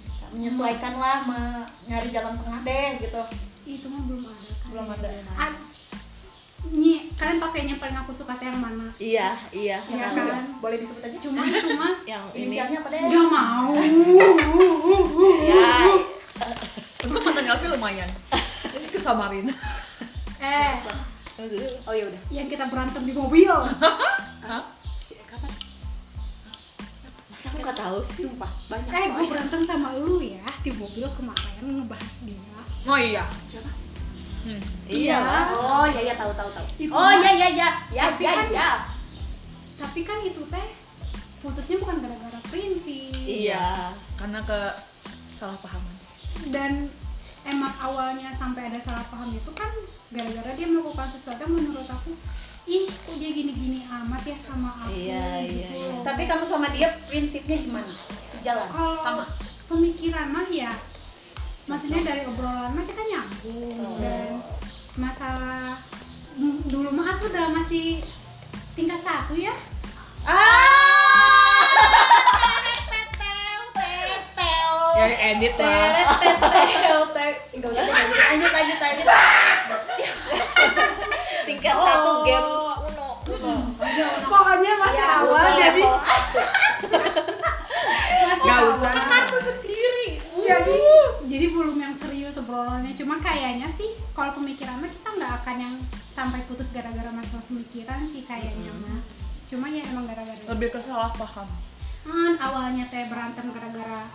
[SPEAKER 2] Bisa menyesuaikan lah me- nyari jalan tengah deh gitu
[SPEAKER 3] itu mah belum ada kan.
[SPEAKER 2] belum ada
[SPEAKER 3] A- Nyi, kalian pakainya paling aku suka teh yang mana
[SPEAKER 1] Iya, iya.
[SPEAKER 3] Iya
[SPEAKER 1] tahu.
[SPEAKER 3] kan?
[SPEAKER 2] boleh disebut aja
[SPEAKER 3] cuma cuma
[SPEAKER 1] Yang ini.
[SPEAKER 2] inisialnya apa deh
[SPEAKER 3] nggak mau
[SPEAKER 1] Ya,
[SPEAKER 4] Tentu mantan Elvi lumayan. Jadi kesamarin.
[SPEAKER 3] eh
[SPEAKER 2] oh ya udah
[SPEAKER 3] yang kita berantem di mobil
[SPEAKER 4] Hah?
[SPEAKER 2] Si- kapan
[SPEAKER 1] masa aku nggak tahu sih?
[SPEAKER 2] sumpah banyak
[SPEAKER 3] eh gue
[SPEAKER 2] soalnya.
[SPEAKER 3] berantem sama lu ya di mobil kemarin ngebahas dia
[SPEAKER 4] Oh iya.
[SPEAKER 2] Siapa?
[SPEAKER 4] Hmm.
[SPEAKER 1] Iya. lah.
[SPEAKER 2] oh ya ya tahu tahu tahu
[SPEAKER 3] Itu
[SPEAKER 2] oh ya ya ya ya
[SPEAKER 3] Tapi
[SPEAKER 2] ya
[SPEAKER 3] kan-
[SPEAKER 2] ya
[SPEAKER 3] tapi kan itu teh putusnya bukan gara-gara prinsip
[SPEAKER 1] Iya.
[SPEAKER 4] Karena ke salah pahaman.
[SPEAKER 3] dan emang awalnya sampai ada salah paham itu kan gara-gara dia melakukan sesuatu yang menurut aku ih kok dia gini-gini amat ya sama aku
[SPEAKER 1] Iya,
[SPEAKER 3] gitu
[SPEAKER 1] iya, iya.
[SPEAKER 3] loh.
[SPEAKER 2] tapi kamu sama dia prinsipnya gimana sejalan
[SPEAKER 3] kalau
[SPEAKER 2] sama
[SPEAKER 3] pemikiran mah ya maksudnya dari obrolan mah kita nyambung
[SPEAKER 2] Oh.
[SPEAKER 3] dan masalah m- dulu mah aku udah masih tingkat satu ya
[SPEAKER 2] ah Tetetew, tetew.
[SPEAKER 4] Ya edit lah.
[SPEAKER 2] Tetetew, te- Nggak usah lanjut lanjut lanjut lanjut
[SPEAKER 1] Tingkat
[SPEAKER 3] Oh.
[SPEAKER 1] satu games Uno.
[SPEAKER 3] pokoknya
[SPEAKER 2] masih
[SPEAKER 1] Uno
[SPEAKER 2] awal,
[SPEAKER 1] level satu.
[SPEAKER 3] masih
[SPEAKER 4] Nggak
[SPEAKER 3] awal.
[SPEAKER 4] usah.
[SPEAKER 2] kartu sendiri
[SPEAKER 3] jadi jadi belum yang serius obrolannya cuma kayaknya sih kalau pemikiran mah kita nggak akan yang sampai putus gara-gara masalah pemikiran sih kayaknya mah cuma ya emang gara-gara
[SPEAKER 4] Lebih ke salah paham.
[SPEAKER 3] kan awalnya teh berantem gara-gara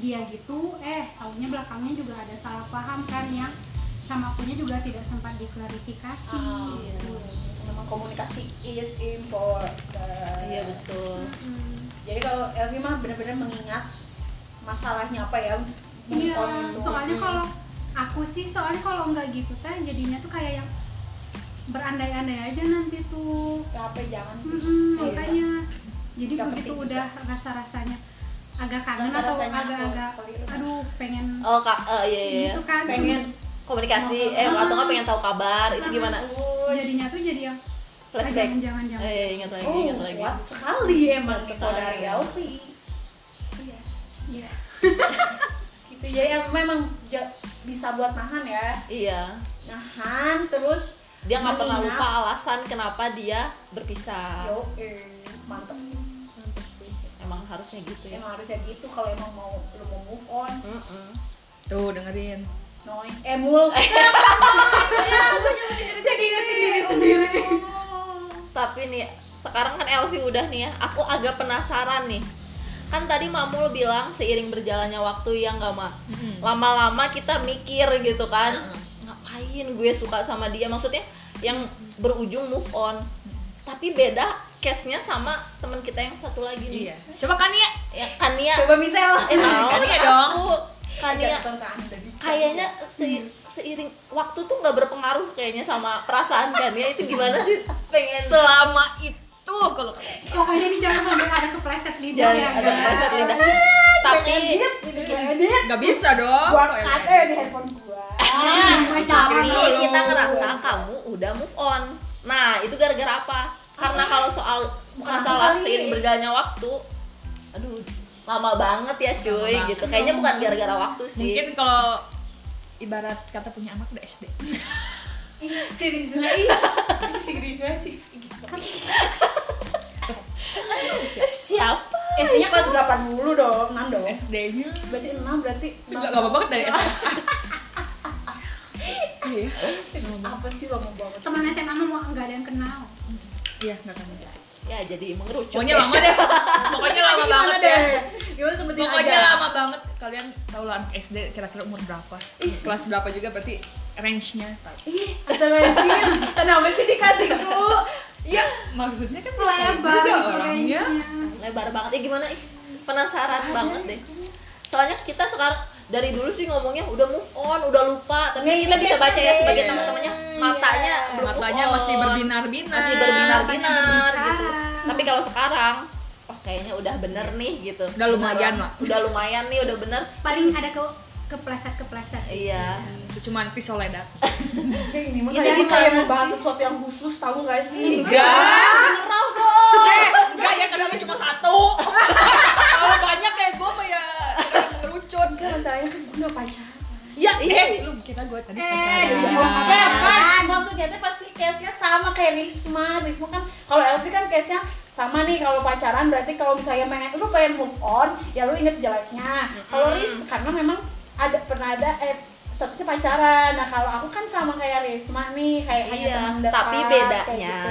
[SPEAKER 3] dia gitu eh tahunya belakangnya juga ada salah paham kan yang sama akunya juga tidak sempat diklarifikasi
[SPEAKER 2] Ah,
[SPEAKER 3] gitu.
[SPEAKER 2] memang komunikasi is important
[SPEAKER 1] Iya betul.
[SPEAKER 3] Hmm.
[SPEAKER 2] jadi kalau Elvi mah benar-benar mengingat masalahnya apa ya untuk move
[SPEAKER 3] Iya,
[SPEAKER 2] on itu.
[SPEAKER 3] soalnya kalau aku sih soalnya kalau nggak gitu teh jadinya tuh kayak yang berandai-andai aja nanti tuh
[SPEAKER 2] capek jangan
[SPEAKER 3] Mm-mm,
[SPEAKER 2] Nggak
[SPEAKER 3] makanya jadi
[SPEAKER 2] Nggak
[SPEAKER 3] begitu
[SPEAKER 2] penting
[SPEAKER 3] udah rasa-rasanya agak kangen atau
[SPEAKER 2] Rasa-rasanya
[SPEAKER 3] agak-agak
[SPEAKER 2] aku- aku-
[SPEAKER 3] aduh pengen
[SPEAKER 1] Oh kak, eh, iya iya. iya.
[SPEAKER 3] gitu kan
[SPEAKER 2] kan Pengen.
[SPEAKER 1] Komunikasi, eh atau nggak pengen tahu kabar itu gimana?
[SPEAKER 3] Cuma
[SPEAKER 2] Uy.
[SPEAKER 3] jadinya tuh jadi yang
[SPEAKER 1] Flashback.
[SPEAKER 3] jangan jangan
[SPEAKER 1] Eh ingat lagi,
[SPEAKER 2] oh
[SPEAKER 1] ingat lagi.
[SPEAKER 2] kuat sekali emang ke
[SPEAKER 1] Kuat
[SPEAKER 2] saudari
[SPEAKER 1] sekali.
[SPEAKER 2] Elvi
[SPEAKER 3] iya iya
[SPEAKER 2] gitu ya yang memang ja- bisa buat nahan ya
[SPEAKER 1] Iya.
[SPEAKER 2] nahan terus
[SPEAKER 1] Dia nggak pernah
[SPEAKER 2] mengingat.
[SPEAKER 1] lupa alasan kenapa dia berpisah.
[SPEAKER 2] yo eh, mantep sih
[SPEAKER 1] Mantep sih. Emang harusnya gitu ya.
[SPEAKER 2] emang harusnya gitu kalau emang mau lu mau move on Eh,
[SPEAKER 1] Mm-mm.
[SPEAKER 4] Tuh dengerin.
[SPEAKER 2] noy emul
[SPEAKER 3] jadi ngerti diri sendiri
[SPEAKER 1] Tapi nih sekarang kan Elvi udah nih ya. Aku agak penasaran nih. Kan tadi Mamul bilang seiring berjalannya waktu yang nggak ma
[SPEAKER 4] Mm-mm.
[SPEAKER 1] lama-lama kita mikir gitu kan
[SPEAKER 4] Mm-mm.
[SPEAKER 1] ngapain gue suka sama dia maksudnya yang berujung move on tapi beda case nya sama teman kita yang satu lagi nih
[SPEAKER 4] Iya. Coba kan ya.
[SPEAKER 1] ya Kania
[SPEAKER 2] coba misal
[SPEAKER 1] eh tahu
[SPEAKER 4] Kania dong. Hmm.
[SPEAKER 1] aku. Kania kayaknya se- seiring waktu tuh nggak berpengaruh kayaknya sama perasaan Kania itu gimana sih pengen
[SPEAKER 4] Selama itu kalau kata-
[SPEAKER 3] pokoknya ini jangan sampai ada kepleset lidah
[SPEAKER 1] jangan
[SPEAKER 3] ya
[SPEAKER 1] ada
[SPEAKER 3] guys.
[SPEAKER 1] proses lidah tapi
[SPEAKER 2] edit
[SPEAKER 4] nggak bisa dong.
[SPEAKER 2] gua
[SPEAKER 4] Kalau
[SPEAKER 2] cut
[SPEAKER 4] emang-
[SPEAKER 2] eh di handphone gua
[SPEAKER 1] tapi
[SPEAKER 4] dulu.
[SPEAKER 1] kita ngerasa kamu udah move on nah itu gara-gara apa karena kalau soal
[SPEAKER 2] Bukan
[SPEAKER 1] masalah
[SPEAKER 2] aku kali.
[SPEAKER 1] seiring berjalannya waktu aduh lama banget ya
[SPEAKER 4] Lama
[SPEAKER 1] cuy
[SPEAKER 4] banget.
[SPEAKER 1] gitu kayaknya bukan gara-gara waktu sih
[SPEAKER 4] Mungkin kalau ibarat kata punya anak udah SD.
[SPEAKER 2] si Rizwa ih si Rizwa sih
[SPEAKER 1] siapa
[SPEAKER 2] SD-nya kelas 8 dulu dong, 6 dong.
[SPEAKER 4] SD-nya.
[SPEAKER 2] Berarti 6 berarti enam.
[SPEAKER 4] Enggak apa-apa kan dari SMA. Iya.
[SPEAKER 2] Apa sih lama banget?
[SPEAKER 3] teman SMA mah mau nggak ada yang kenal
[SPEAKER 4] Iya, enggak kan.
[SPEAKER 1] ya jadi mengerucut
[SPEAKER 4] Pokoknya
[SPEAKER 1] ya.
[SPEAKER 4] lama deh. Pokoknya lama
[SPEAKER 2] Gimana
[SPEAKER 4] banget deh.
[SPEAKER 2] Gimana sebutin
[SPEAKER 4] Pokoknya
[SPEAKER 2] aja.
[SPEAKER 4] lama banget. Kalian tahu lah anak SD kira-kira umur berapa? Kelas berapa juga berarti range-nya.
[SPEAKER 2] Ih, astagfirullahaladzim. Kenapa sih dikasih dulu?
[SPEAKER 4] Iya, maksudnya kan
[SPEAKER 3] lebar
[SPEAKER 4] juga
[SPEAKER 3] gitu
[SPEAKER 4] orangnya.
[SPEAKER 3] range-nya
[SPEAKER 1] lebar banget ya gimana ih penasaran banget deh soalnya kita sekarang dari dulu sih ngomongnya udah move on udah lupa
[SPEAKER 2] Iya,
[SPEAKER 1] tapi kita
[SPEAKER 2] iya,
[SPEAKER 1] bisa baca ya
[SPEAKER 2] iya.
[SPEAKER 1] sebagai teman-temannya matanya
[SPEAKER 2] Iya.
[SPEAKER 1] belum move
[SPEAKER 4] Matanya masih
[SPEAKER 1] on,
[SPEAKER 4] berbinar-binar.
[SPEAKER 1] Oh. masih berbinar-binar
[SPEAKER 3] Matanya
[SPEAKER 1] gitu
[SPEAKER 3] berbicara.
[SPEAKER 1] tapi kalau sekarang wah kayaknya udah bener nih gitu
[SPEAKER 4] Udah lumayan lah.
[SPEAKER 1] udah lumayan nih udah bener
[SPEAKER 3] paling ada ke kepleset-kepleset.
[SPEAKER 1] Iya.
[SPEAKER 4] Itu cuman pisau ledak.
[SPEAKER 2] Kayak ini mah
[SPEAKER 1] Ini
[SPEAKER 2] kayak kita
[SPEAKER 1] gimana
[SPEAKER 2] yang
[SPEAKER 1] sih?
[SPEAKER 2] membahas sesuatu yang khusus tahu nggak sih?
[SPEAKER 4] Iya. Enggak.
[SPEAKER 2] General dong.
[SPEAKER 4] Enggak ya kadangnya cuma satu. Kalau banyak kayak gue mah ya lucut.
[SPEAKER 2] Enggak masalahnya kan gue nggak pacaran.
[SPEAKER 1] Iya.
[SPEAKER 4] Ya, eh, lu kira gue tadi
[SPEAKER 3] Eh, iya,
[SPEAKER 4] pacaran.
[SPEAKER 5] Ya, Pak. Maksudnya tuh pasti case-nya sama kayak Risma. Risma kan kalau Elvi kan case-nya sama nih kalau pacaran berarti kalau misalnya pengen lu pengen move on, ya lu inget jeleknya.
[SPEAKER 3] Hmm.
[SPEAKER 5] Kalau Ris karena memang ada pernah ada eh statusnya pacaran. Nah, kalau aku kan sama kayak Risma nih, kayak hanya
[SPEAKER 1] Iya,
[SPEAKER 5] teman dekat.
[SPEAKER 1] tapi
[SPEAKER 5] kayak
[SPEAKER 1] bedanya
[SPEAKER 5] gitu.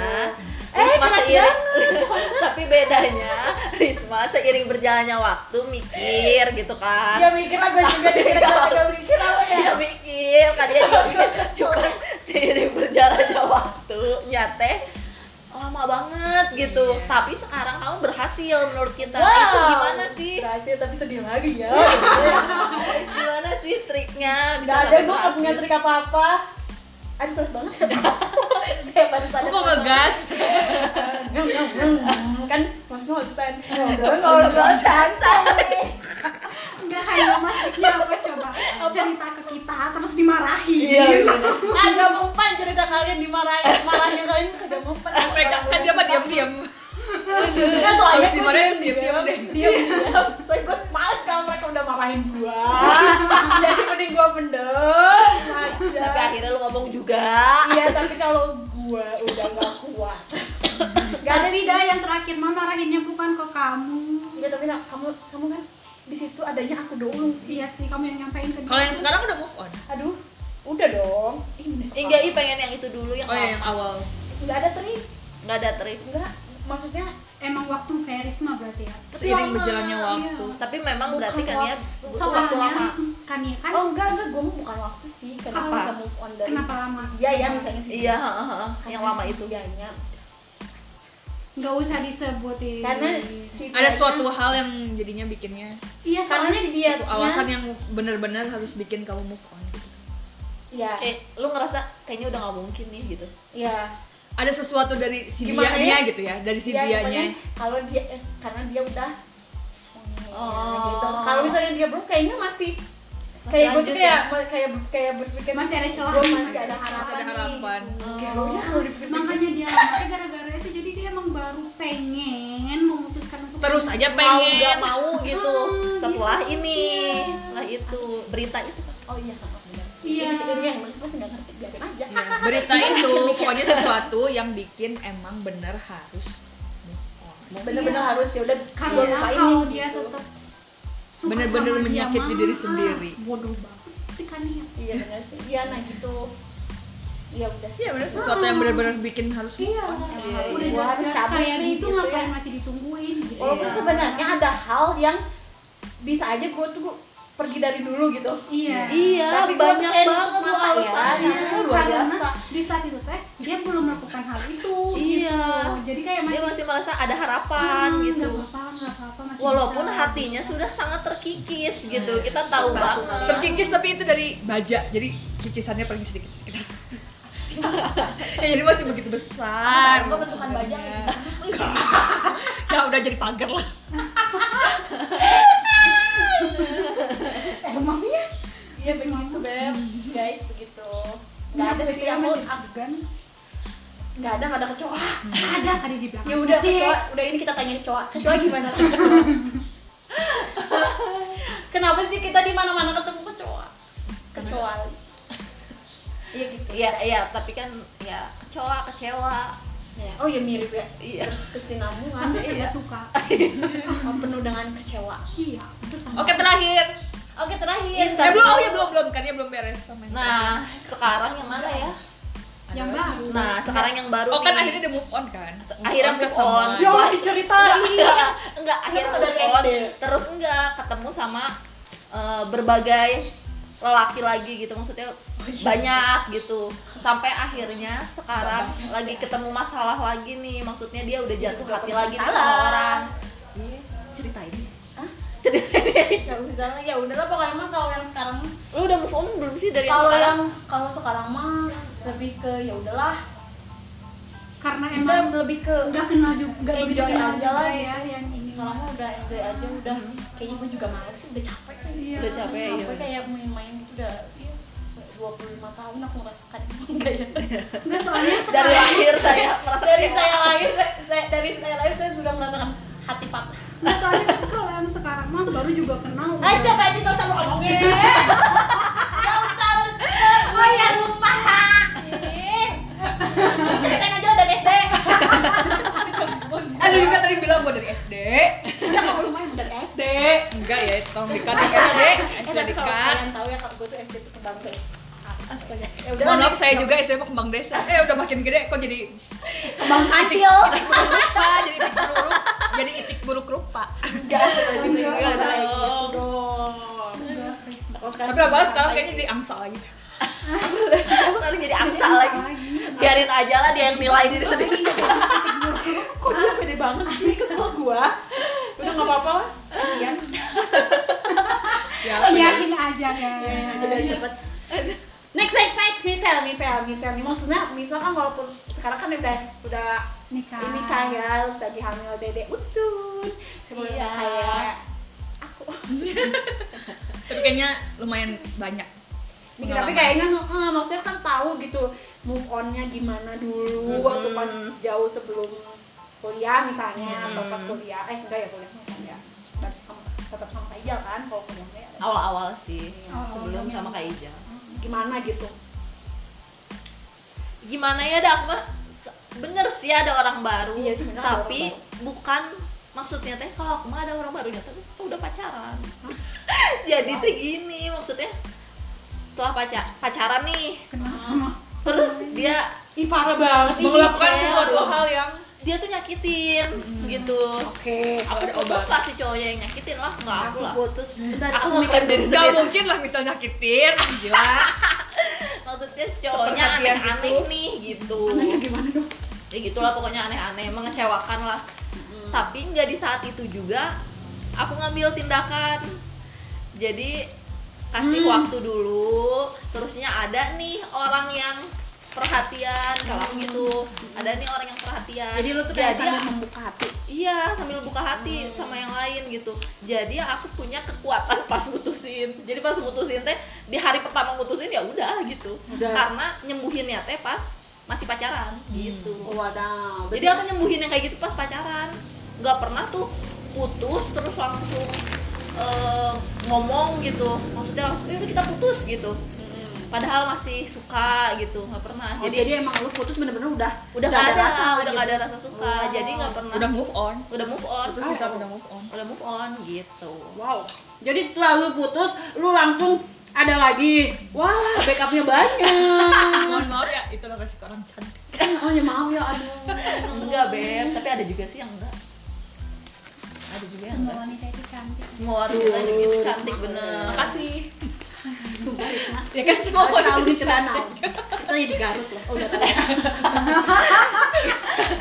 [SPEAKER 5] Eh,
[SPEAKER 1] Risma
[SPEAKER 5] keras
[SPEAKER 1] seiring
[SPEAKER 5] banget.
[SPEAKER 1] tapi bedanya Risma seiring berjalannya waktu mikir gitu kan.
[SPEAKER 5] Ya mikir lah gue juga mikir lah, gue mikir apa ya.
[SPEAKER 2] Iya.
[SPEAKER 1] Dia mikir, kan dia juga mikir. cuman seiring berjalannya waktu nyate lama banget gitu.
[SPEAKER 2] Iya.
[SPEAKER 1] Tapi sekarang kamu berhasil menurut kita.
[SPEAKER 4] Nah,
[SPEAKER 1] Itu gimana sih?
[SPEAKER 2] Rahasia tapi sedih lagi
[SPEAKER 4] Iya,
[SPEAKER 2] ya.
[SPEAKER 1] Gimana sih triknya bisa
[SPEAKER 2] Gak ada
[SPEAKER 1] sampai
[SPEAKER 2] gue nggak punya
[SPEAKER 1] berhasil?
[SPEAKER 2] trik apa apa. Aduh keras banget. Saya baru sadar.
[SPEAKER 4] Gue ngegas.
[SPEAKER 2] Nyam, nyam, nyam. Kan mas Nosan. Ngobrol santai.
[SPEAKER 3] Enggak kayak Mas Diknya apa coba? Cerita ke kita terus dimarahin.
[SPEAKER 2] Iya,
[SPEAKER 5] Agak mempan cerita kalian dimarahin, marahnya kalian kagak mempan.
[SPEAKER 4] Mereka
[SPEAKER 2] Iya.
[SPEAKER 4] kan dia mah diam-diam.
[SPEAKER 2] Ya
[SPEAKER 4] Habis
[SPEAKER 2] soalnya gue
[SPEAKER 4] dimarahin,
[SPEAKER 2] terus
[SPEAKER 4] diam-diam deh.
[SPEAKER 2] diam-diam. Soalnya gue males kalau mereka udah marahin gua. Jadi mending gua mendem aja.
[SPEAKER 1] Tapi akhirnya lu ngomong juga.
[SPEAKER 2] Iya tapi kalau gua udah gak kuat. Gak ada
[SPEAKER 3] Tapi dah yang terakhir mah marahinnya bukan ke kamu.
[SPEAKER 2] Enggak tapi nak, kamu kamu kan di situ adanya aku doang.
[SPEAKER 3] Iya sih, kamu yang nyampein ke dia.
[SPEAKER 4] Kalau yang sekarang udah move on.
[SPEAKER 2] Aduh, udah dong. Ih, ini suka.
[SPEAKER 1] Enggak, i Iya, pengen yang itu dulu yang
[SPEAKER 4] Oh
[SPEAKER 2] iya.
[SPEAKER 4] ya, yang awal.
[SPEAKER 2] Nggak ada trik.
[SPEAKER 1] nggak ada trik.
[SPEAKER 2] Enggak, maksudnya
[SPEAKER 3] emang waktu kayak Risma berarti ya.
[SPEAKER 4] Seiring
[SPEAKER 1] lama,
[SPEAKER 4] berjalannya waktu.
[SPEAKER 1] Tapi memang berarti kan ya butuh waktu
[SPEAKER 3] Soalnya
[SPEAKER 1] lama.
[SPEAKER 3] Risma kan ya kan
[SPEAKER 2] Oh enggak, enggak, gue bukan waktu sih Kenapa
[SPEAKER 3] Apa?
[SPEAKER 2] bisa move on dari
[SPEAKER 3] kenapa lama?
[SPEAKER 2] Iya, ya misalnya sih
[SPEAKER 1] Iya, heeh, heeh, yang lama itu.
[SPEAKER 2] Iya,
[SPEAKER 3] Nggak usah disebutin.
[SPEAKER 2] Karena
[SPEAKER 4] Ada suatu hal yang jadinya bikinnya
[SPEAKER 3] Iya,
[SPEAKER 2] karena
[SPEAKER 3] soalnya
[SPEAKER 2] si dia
[SPEAKER 4] satu alasan yang bener-bener harus bikin kamu move on. gitu.
[SPEAKER 2] ya
[SPEAKER 1] Kayak lu ngerasa kayaknya udah nggak mungkin nih gitu.
[SPEAKER 2] ya
[SPEAKER 4] Ada sesuatu dari si
[SPEAKER 2] Gimana
[SPEAKER 4] dianya
[SPEAKER 2] ya?
[SPEAKER 4] gitu ya, dari si
[SPEAKER 2] Iya, pokoknya
[SPEAKER 4] dianya.
[SPEAKER 2] kalau dia eh, karena dia udah
[SPEAKER 1] Oh.
[SPEAKER 2] gitu. kalau misalnya dia belum kayaknya masih, kayak gue
[SPEAKER 1] lanjut ya?
[SPEAKER 2] tuh kayak kayak kayak berpikir
[SPEAKER 3] Masih ada celah.
[SPEAKER 2] gue masih ada harapan
[SPEAKER 4] Masih ada harapan.
[SPEAKER 2] Kayak, oh ya kalau dipikir
[SPEAKER 3] makanya dia lama gara-gara itu jadi dia emang baru pengen memutuskan untuk
[SPEAKER 4] Terus aja
[SPEAKER 1] mau nggak
[SPEAKER 4] pengen.
[SPEAKER 1] mau gitu
[SPEAKER 3] Hmm,
[SPEAKER 1] setelah
[SPEAKER 3] gitu.
[SPEAKER 1] ini
[SPEAKER 3] Iya.
[SPEAKER 1] setelah itu berita itu kan
[SPEAKER 2] oh iya sama benar
[SPEAKER 3] Iya.
[SPEAKER 2] ini yang masih ya, pasti nggak ngerti biarin aja
[SPEAKER 4] Iya, berita itu pokoknya sesuatu yang bikin emang bener harus move on.
[SPEAKER 2] bener-bener harus ya udah gua
[SPEAKER 3] karena
[SPEAKER 2] lupain
[SPEAKER 3] kalau
[SPEAKER 2] nih,
[SPEAKER 3] dia
[SPEAKER 2] gitu.
[SPEAKER 3] tetap suka sama
[SPEAKER 4] Bener-bener
[SPEAKER 3] dia
[SPEAKER 4] menyakiti
[SPEAKER 3] mah,
[SPEAKER 4] diri sendiri.
[SPEAKER 3] ah, bodoh banget sih kan ya
[SPEAKER 2] iya benar sih iya nah gitu ya udah sih
[SPEAKER 4] Iya bener sesuatu yang bener-bener bikin harus move
[SPEAKER 3] iya
[SPEAKER 4] on.
[SPEAKER 2] iya.
[SPEAKER 3] udah
[SPEAKER 2] Gua harus
[SPEAKER 3] jelas
[SPEAKER 2] cabut
[SPEAKER 3] kayak
[SPEAKER 2] nih,
[SPEAKER 3] gitu
[SPEAKER 2] gitu
[SPEAKER 3] ngapain
[SPEAKER 2] ya.
[SPEAKER 3] masih ditungguin gitu.
[SPEAKER 2] walaupun
[SPEAKER 1] Iya.
[SPEAKER 2] sebenarnya ada hal yang bisa aja gue tuh pergi dari dulu gitu
[SPEAKER 3] iya
[SPEAKER 1] iya
[SPEAKER 2] Tapi gua
[SPEAKER 1] banyak
[SPEAKER 2] kayak
[SPEAKER 1] banget tuh
[SPEAKER 2] mata ya.
[SPEAKER 1] alasannya
[SPEAKER 2] Iya,
[SPEAKER 3] Itu
[SPEAKER 2] luar
[SPEAKER 3] karena
[SPEAKER 2] biasa.
[SPEAKER 3] di saat itu teh dia belum melakukan hal itu
[SPEAKER 1] Iya.
[SPEAKER 3] gitu. jadi kayak
[SPEAKER 1] dia
[SPEAKER 3] masih,
[SPEAKER 1] masih merasa ada harapan
[SPEAKER 3] "Hmm,
[SPEAKER 1] gitu
[SPEAKER 3] nggak apa-apa nggak apa-apa masih
[SPEAKER 1] walaupun
[SPEAKER 3] bisa."
[SPEAKER 1] hatinya sudah sangat terkikis gitu kita tahu
[SPEAKER 2] Betul.
[SPEAKER 1] banget
[SPEAKER 4] Terkikis tapi itu dari baja, jadi kikisannya pergi sedikit-sedikit. ya, jadi masih begitu besar.
[SPEAKER 5] Gua bentukan baja.
[SPEAKER 4] Ya udah jadi pagar lah.
[SPEAKER 3] Eh, emangnya
[SPEAKER 2] Iya begitu beb, guys begitu.
[SPEAKER 3] Iya,
[SPEAKER 2] Gak ada sih aku
[SPEAKER 3] agan
[SPEAKER 2] gak ada gak ada kecoa.
[SPEAKER 3] ada tadi di belakang
[SPEAKER 2] Ya udah
[SPEAKER 3] Sih.
[SPEAKER 2] kecoa, udah ini kita tanya kecoa. Kecoa gimana? Kenapa sih kita di mana-mana ketemu kecoa? Kecoa. Iya gitu.
[SPEAKER 1] Iya, iya, tapi kan ya kecewa, kecewa.
[SPEAKER 2] Ya. Oh ya mirip ya.
[SPEAKER 1] Iya.
[SPEAKER 2] Terus kesinambungan.
[SPEAKER 3] Pantes
[SPEAKER 2] Iya.
[SPEAKER 3] agak suka
[SPEAKER 2] Oh, penuh dengan kecewa.
[SPEAKER 3] iya pantes agak
[SPEAKER 4] Oke, terakhir.
[SPEAKER 2] Oke terakhir.
[SPEAKER 1] Inter-
[SPEAKER 4] Eh belum, oh ya belum belum kan ya belum beres sama yang
[SPEAKER 1] Iya, Nah, sekarang yang mana ya?
[SPEAKER 3] suka. yang baru
[SPEAKER 1] Nah, sekarang yang baru
[SPEAKER 4] Oh kan
[SPEAKER 1] nih.
[SPEAKER 4] akhirnya dia move on kan?
[SPEAKER 1] Se- akhirnya
[SPEAKER 4] ke
[SPEAKER 1] move on.
[SPEAKER 4] semua.
[SPEAKER 2] Ya Allah diceritain.
[SPEAKER 1] enggak Kan enggak akhirnya
[SPEAKER 2] Kenapa dari
[SPEAKER 1] move on,
[SPEAKER 2] SD?
[SPEAKER 1] terus enggak ketemu sama eh, berbagai lelaki lagi gitu maksudnya banyak gitu sampai akhirnya sekarang lagi ketemu masalah lagi nih maksudnya dia Iya, udah jatuh
[SPEAKER 2] Udah
[SPEAKER 1] hati
[SPEAKER 2] punya
[SPEAKER 1] lagi nih sama
[SPEAKER 2] masalah.
[SPEAKER 1] orang Iya, ceritain
[SPEAKER 2] Gak usah lah, ya udahlah pokoknya mah kalau yang sekarang
[SPEAKER 1] lu udah move on belum sih dari yang
[SPEAKER 2] kalau
[SPEAKER 1] sekarang
[SPEAKER 2] yang kalau sekarang mah lebih ke ya udahlah
[SPEAKER 3] karena
[SPEAKER 2] kita
[SPEAKER 3] emang
[SPEAKER 2] lebih ke
[SPEAKER 3] udah kenal juga udah
[SPEAKER 2] Enjoy
[SPEAKER 3] begitu kenal
[SPEAKER 2] aja
[SPEAKER 3] juga
[SPEAKER 2] lah
[SPEAKER 3] ya yang ini
[SPEAKER 2] setelah mah udah enjoy aja udah kayaknya gue juga males sih udah capek kan
[SPEAKER 3] Iya.
[SPEAKER 1] Udah capek ya.
[SPEAKER 2] capek kayak main-main udah iya, 25 tahun aku merasakan enggak ya
[SPEAKER 3] Enggak soalnya
[SPEAKER 1] Dari
[SPEAKER 3] sekarang
[SPEAKER 1] lahir saya merasa
[SPEAKER 2] dari
[SPEAKER 1] kecewa.
[SPEAKER 2] saya lahir saya, saya- dari saya lahir saya sudah merasakan hati patah
[SPEAKER 3] Nggak, soalnya kalau yang sekarang mah baru juga kenal.
[SPEAKER 2] Ay, Ah, siapa aja tau sama omongnya Gak usah lu Gue yang lupa Ih. Ceritain aja lo dari SD
[SPEAKER 4] Eh, lu juga tadi bilang gue dari SD.
[SPEAKER 2] Ya kamu lumayan dari SD
[SPEAKER 4] Enggak ya, tolong dikat dari SD.
[SPEAKER 2] Eh
[SPEAKER 4] SD
[SPEAKER 2] tapi kalau
[SPEAKER 4] dikat.
[SPEAKER 2] kalian tahu ya kalau gue tuh SD tuh kembang guys
[SPEAKER 4] Astaga.
[SPEAKER 2] Ya udah
[SPEAKER 4] Mohon maaf,
[SPEAKER 2] next.
[SPEAKER 4] saya juga SD mau kembang desa. Eh, udah makin gede kok jadi
[SPEAKER 2] Kembang kantil
[SPEAKER 4] rupa, jadi itik buruk, jadi itik buruk rupa.
[SPEAKER 2] Enggak
[SPEAKER 3] Enggak,
[SPEAKER 2] Enggak
[SPEAKER 3] enggak.
[SPEAKER 2] dong. gitu dong
[SPEAKER 3] Enggak, please.
[SPEAKER 2] Nah, kalau sekarang
[SPEAKER 4] Tapi abang sekarang kayaknya jadi angsa lagi.
[SPEAKER 1] Lalu jadi angsa Oh, iya. lagi. Biarin aja lah dia yang nilai diri sendiri.
[SPEAKER 6] Kok dia pede banget sih kesel gua.
[SPEAKER 2] Udah gak apa-apa lah
[SPEAKER 6] Kasihan.
[SPEAKER 4] Ya,
[SPEAKER 3] Yakin Iya, aja guys.
[SPEAKER 2] Aja dari cepet Next, next, next, misal, misal, misal nih maksudnya, misal kan walaupun sekarang kan udah udah
[SPEAKER 4] Nah.
[SPEAKER 3] Nikah.
[SPEAKER 2] ini iya. kaya terus lagi hamil dede utun sebelum
[SPEAKER 1] Iya.
[SPEAKER 2] kaya aku
[SPEAKER 4] Tapi kayaknya lumayan banyak.
[SPEAKER 2] Nih, tapi kayaknya eh, maksudnya kan tahu gitu move onnya gimana dulu
[SPEAKER 1] Hmm.
[SPEAKER 2] waktu pas jauh sebelum kuliah misalnya atau pas
[SPEAKER 1] Hmm.
[SPEAKER 2] kuliah eh enggak ya kuliah enggak ya tetap, tetap sama Ijal kan kalau kuliah enggak ya.
[SPEAKER 1] Awal-awal sih.
[SPEAKER 3] Awal-awal
[SPEAKER 1] Sebelum
[SPEAKER 3] doang.
[SPEAKER 1] sama Kak Ija.
[SPEAKER 2] gimana gitu
[SPEAKER 1] Gimana ya dak mah? Se- Bener sih ada orang baru,
[SPEAKER 2] Iya sih, bener ada
[SPEAKER 1] tapi
[SPEAKER 2] orang
[SPEAKER 1] bukan maksudnya teh kalau aku mah ada orang barunya tapi aku udah pacaran. Jadi tuh gini maksudnya setelah pacar pacaran nih
[SPEAKER 3] Kenal sama.
[SPEAKER 1] terus
[SPEAKER 2] Hmm.
[SPEAKER 1] dia
[SPEAKER 2] ih parah banget Iya. ih,
[SPEAKER 4] Melakukan
[SPEAKER 2] Ijal.
[SPEAKER 4] sesuatu hal yang
[SPEAKER 1] dia tuh nyakitin
[SPEAKER 2] Hmm.
[SPEAKER 1] gitu
[SPEAKER 2] oke
[SPEAKER 1] aku
[SPEAKER 4] Ada
[SPEAKER 1] putus
[SPEAKER 4] obat.
[SPEAKER 1] pasti cowoknya yang nyakitin lah nggak aku lah
[SPEAKER 2] putus bentar
[SPEAKER 1] Aku
[SPEAKER 2] aku
[SPEAKER 1] mau
[SPEAKER 2] mikir
[SPEAKER 1] ke-
[SPEAKER 2] diri
[SPEAKER 4] Gak
[SPEAKER 2] sendiri
[SPEAKER 4] mungkin lah misal nyakitin, ah, gila
[SPEAKER 1] maksudnya si cowoknya
[SPEAKER 4] Seperhatian
[SPEAKER 1] aneh-aneh nih gitu
[SPEAKER 2] anaknya gimana dong
[SPEAKER 1] ya gitulah pokoknya aneh-aneh mengecewakan lah tapi nggak di saat itu juga aku ngambil tindakan jadi
[SPEAKER 2] Hmm.
[SPEAKER 1] kasih waktu dulu terusnya ada nih orang yang perhatian kalau aku gitu ada nih orang yang perhatian
[SPEAKER 2] Hmm. jadi lu tuh kayak
[SPEAKER 1] Jadi ya,
[SPEAKER 2] sambil Hmm. membuka hati
[SPEAKER 1] Iya, sambil buka hati sama yang lain gitu. Jadi aku punya kekuatan pas mutusin. Jadi pas mutusin teh di hari pertama mutusin ya udah gitu.
[SPEAKER 2] Udah.
[SPEAKER 1] Karena nyembuhinnya teh pas masih pacaran gitu.
[SPEAKER 2] Hmm. Oh, wadaw
[SPEAKER 1] Jadi aku nyembuhin yang kayak gitu pas pacaran. Nggak pernah tuh putus terus langsung eh, ngomong gitu. Maksudnya langsung, "Eh, udah kita putus gitu. Padahal masih suka gitu, nggak pernah.
[SPEAKER 2] Oh, hmm. jadi,
[SPEAKER 1] jadi,
[SPEAKER 2] emang lu putus bener-bener udah
[SPEAKER 1] udah nggak ada,
[SPEAKER 2] rasa
[SPEAKER 1] udah nggak ada rasa suka.
[SPEAKER 2] Oh.
[SPEAKER 1] Jadi nggak pernah.
[SPEAKER 4] Udah move on
[SPEAKER 1] udah move on.
[SPEAKER 2] Ah.
[SPEAKER 4] Terus bisa udah move on
[SPEAKER 1] udah move on gitu
[SPEAKER 2] Wow. Jadi setelah lu putus, lu langsung ada lagi. Wah, backupnya banyak.
[SPEAKER 4] Mohon maaf ya, itulah kasih orang cantik
[SPEAKER 2] oh ya Ah. maaf ya, aduh.
[SPEAKER 1] enggak beb tapi ada juga sih yang enggak ada juga yang enggak
[SPEAKER 3] Semua wanita itu cantik.
[SPEAKER 1] semua orang kita juga itu cantik bener
[SPEAKER 4] Makasih
[SPEAKER 2] Sumpah Risma.
[SPEAKER 4] Ya kan semua
[SPEAKER 2] Kita
[SPEAKER 4] orang
[SPEAKER 2] tahu di celana. Kita jadi Garut loh. Oh, udah tahu.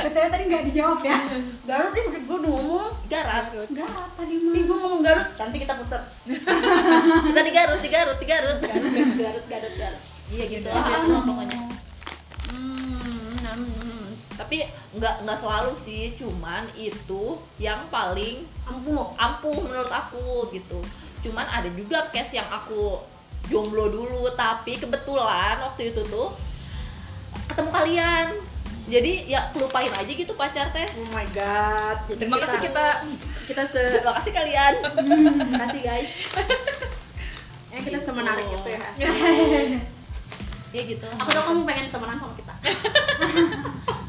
[SPEAKER 3] Betul tadi nggak dijawab ya.
[SPEAKER 2] Garut nih menurut gue ngomong.
[SPEAKER 1] Garut
[SPEAKER 3] Enggak tadi
[SPEAKER 2] Ih,
[SPEAKER 3] mah.
[SPEAKER 2] gue ngomong Garut. Oh, Nanti kita putar.
[SPEAKER 1] kita di Garut di Garut di Garut
[SPEAKER 2] Garut, Garut, Garut, Garut. Garut.
[SPEAKER 1] iya gitu
[SPEAKER 3] Ah,
[SPEAKER 1] lah
[SPEAKER 3] no.
[SPEAKER 1] gitu pokoknya tapi nggak nggak selalu sih cuman itu yang paling
[SPEAKER 2] Ampuh.
[SPEAKER 1] ampuh menurut aku gitu cuman ada juga case yang aku jomblo dulu tapi kebetulan waktu itu tuh ketemu kalian jadi ya lupain aja gitu pacar teh
[SPEAKER 2] Oh my god. Jadi
[SPEAKER 4] Terima kasih kita
[SPEAKER 2] Kita se
[SPEAKER 1] terima kasih kalian
[SPEAKER 2] kasih guys. Ya kita semenarik itu ya.
[SPEAKER 1] ya gitu
[SPEAKER 2] Aku tau kamu pengen temenan sama kita.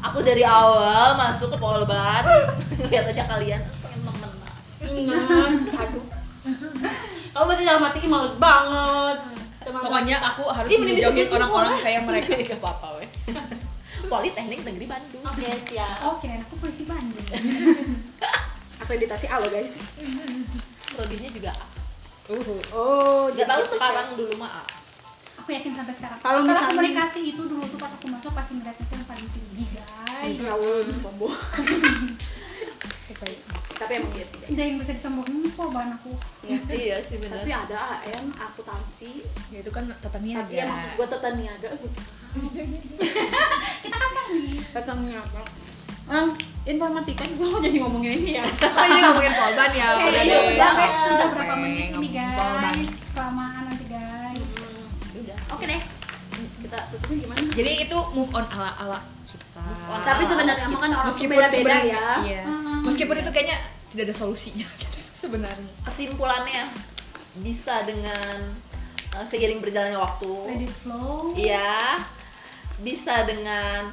[SPEAKER 1] aku dari awal masuk ke polban lihat aja kalian pengen temen
[SPEAKER 2] Enggak, aduh. Kamu pasti dalam hati "Ih, males banget. Teman
[SPEAKER 4] Pokoknya aku harus
[SPEAKER 2] Ih, mending
[SPEAKER 4] menjauhi
[SPEAKER 2] disebutin
[SPEAKER 4] orang-orang kayak mereka
[SPEAKER 2] Iya,
[SPEAKER 4] Gak apa-apa weh
[SPEAKER 1] politeknik negeri Bandung
[SPEAKER 2] Oke, siap.
[SPEAKER 3] Oh kirain aku polisi Bandung.
[SPEAKER 2] Akreditasi A lo, guys.
[SPEAKER 1] prodinya juga A.
[SPEAKER 4] Uhu
[SPEAKER 2] Oh,
[SPEAKER 1] nggak tahu
[SPEAKER 2] itu
[SPEAKER 1] sekarang dulu mah A.
[SPEAKER 3] Aku yakin sampai sekarang.
[SPEAKER 2] Kalau
[SPEAKER 3] Karena
[SPEAKER 2] misalnya-
[SPEAKER 3] komunikasi itu dulu tuh pas aku masuk pasti ngeliatnya tuh yang paling tinggi guys.
[SPEAKER 2] Terlalu Ya sombong.
[SPEAKER 4] Baik.
[SPEAKER 2] Tapi emang iya sih, guys.
[SPEAKER 3] Udah yang bisa disombongin kok bahan aku.
[SPEAKER 1] iya sih benar
[SPEAKER 2] Tapi ada AM, akuntansi,
[SPEAKER 4] Ya itu kan tata niaga
[SPEAKER 2] tapi ya maksud gue tata niaga. gitu.
[SPEAKER 3] Kita kan tadi.
[SPEAKER 2] Tata niaga. Orang Ah, informatika gue mau jadi ngomongin ini ya
[SPEAKER 4] Oh, ini ngomongin polban
[SPEAKER 2] Iya,
[SPEAKER 4] ya.
[SPEAKER 3] Oke,
[SPEAKER 4] Udah
[SPEAKER 3] ini
[SPEAKER 4] deh.
[SPEAKER 3] sudah
[SPEAKER 4] Capek,
[SPEAKER 3] sudah berapa menit ini
[SPEAKER 4] ngomongin polban.
[SPEAKER 3] guys? Kelamaan nanti guys.
[SPEAKER 2] Hmm.
[SPEAKER 1] Udah.
[SPEAKER 2] oke deh kita tutupnya gimana
[SPEAKER 4] Jadi itu move on ala ala kita.
[SPEAKER 1] Move on.
[SPEAKER 2] tapi sebenarnya emang kan orang tuh beda-beda
[SPEAKER 4] sebenarnya-
[SPEAKER 2] ya
[SPEAKER 4] Iya.
[SPEAKER 3] Hmm.
[SPEAKER 4] Meskipun itu kayaknya tidak ada solusinya gitu sebenarnya.
[SPEAKER 1] Kesimpulannya bisa dengan eh, seiring berjalannya waktu.
[SPEAKER 3] Let it flow.
[SPEAKER 1] Iya. Bisa dengan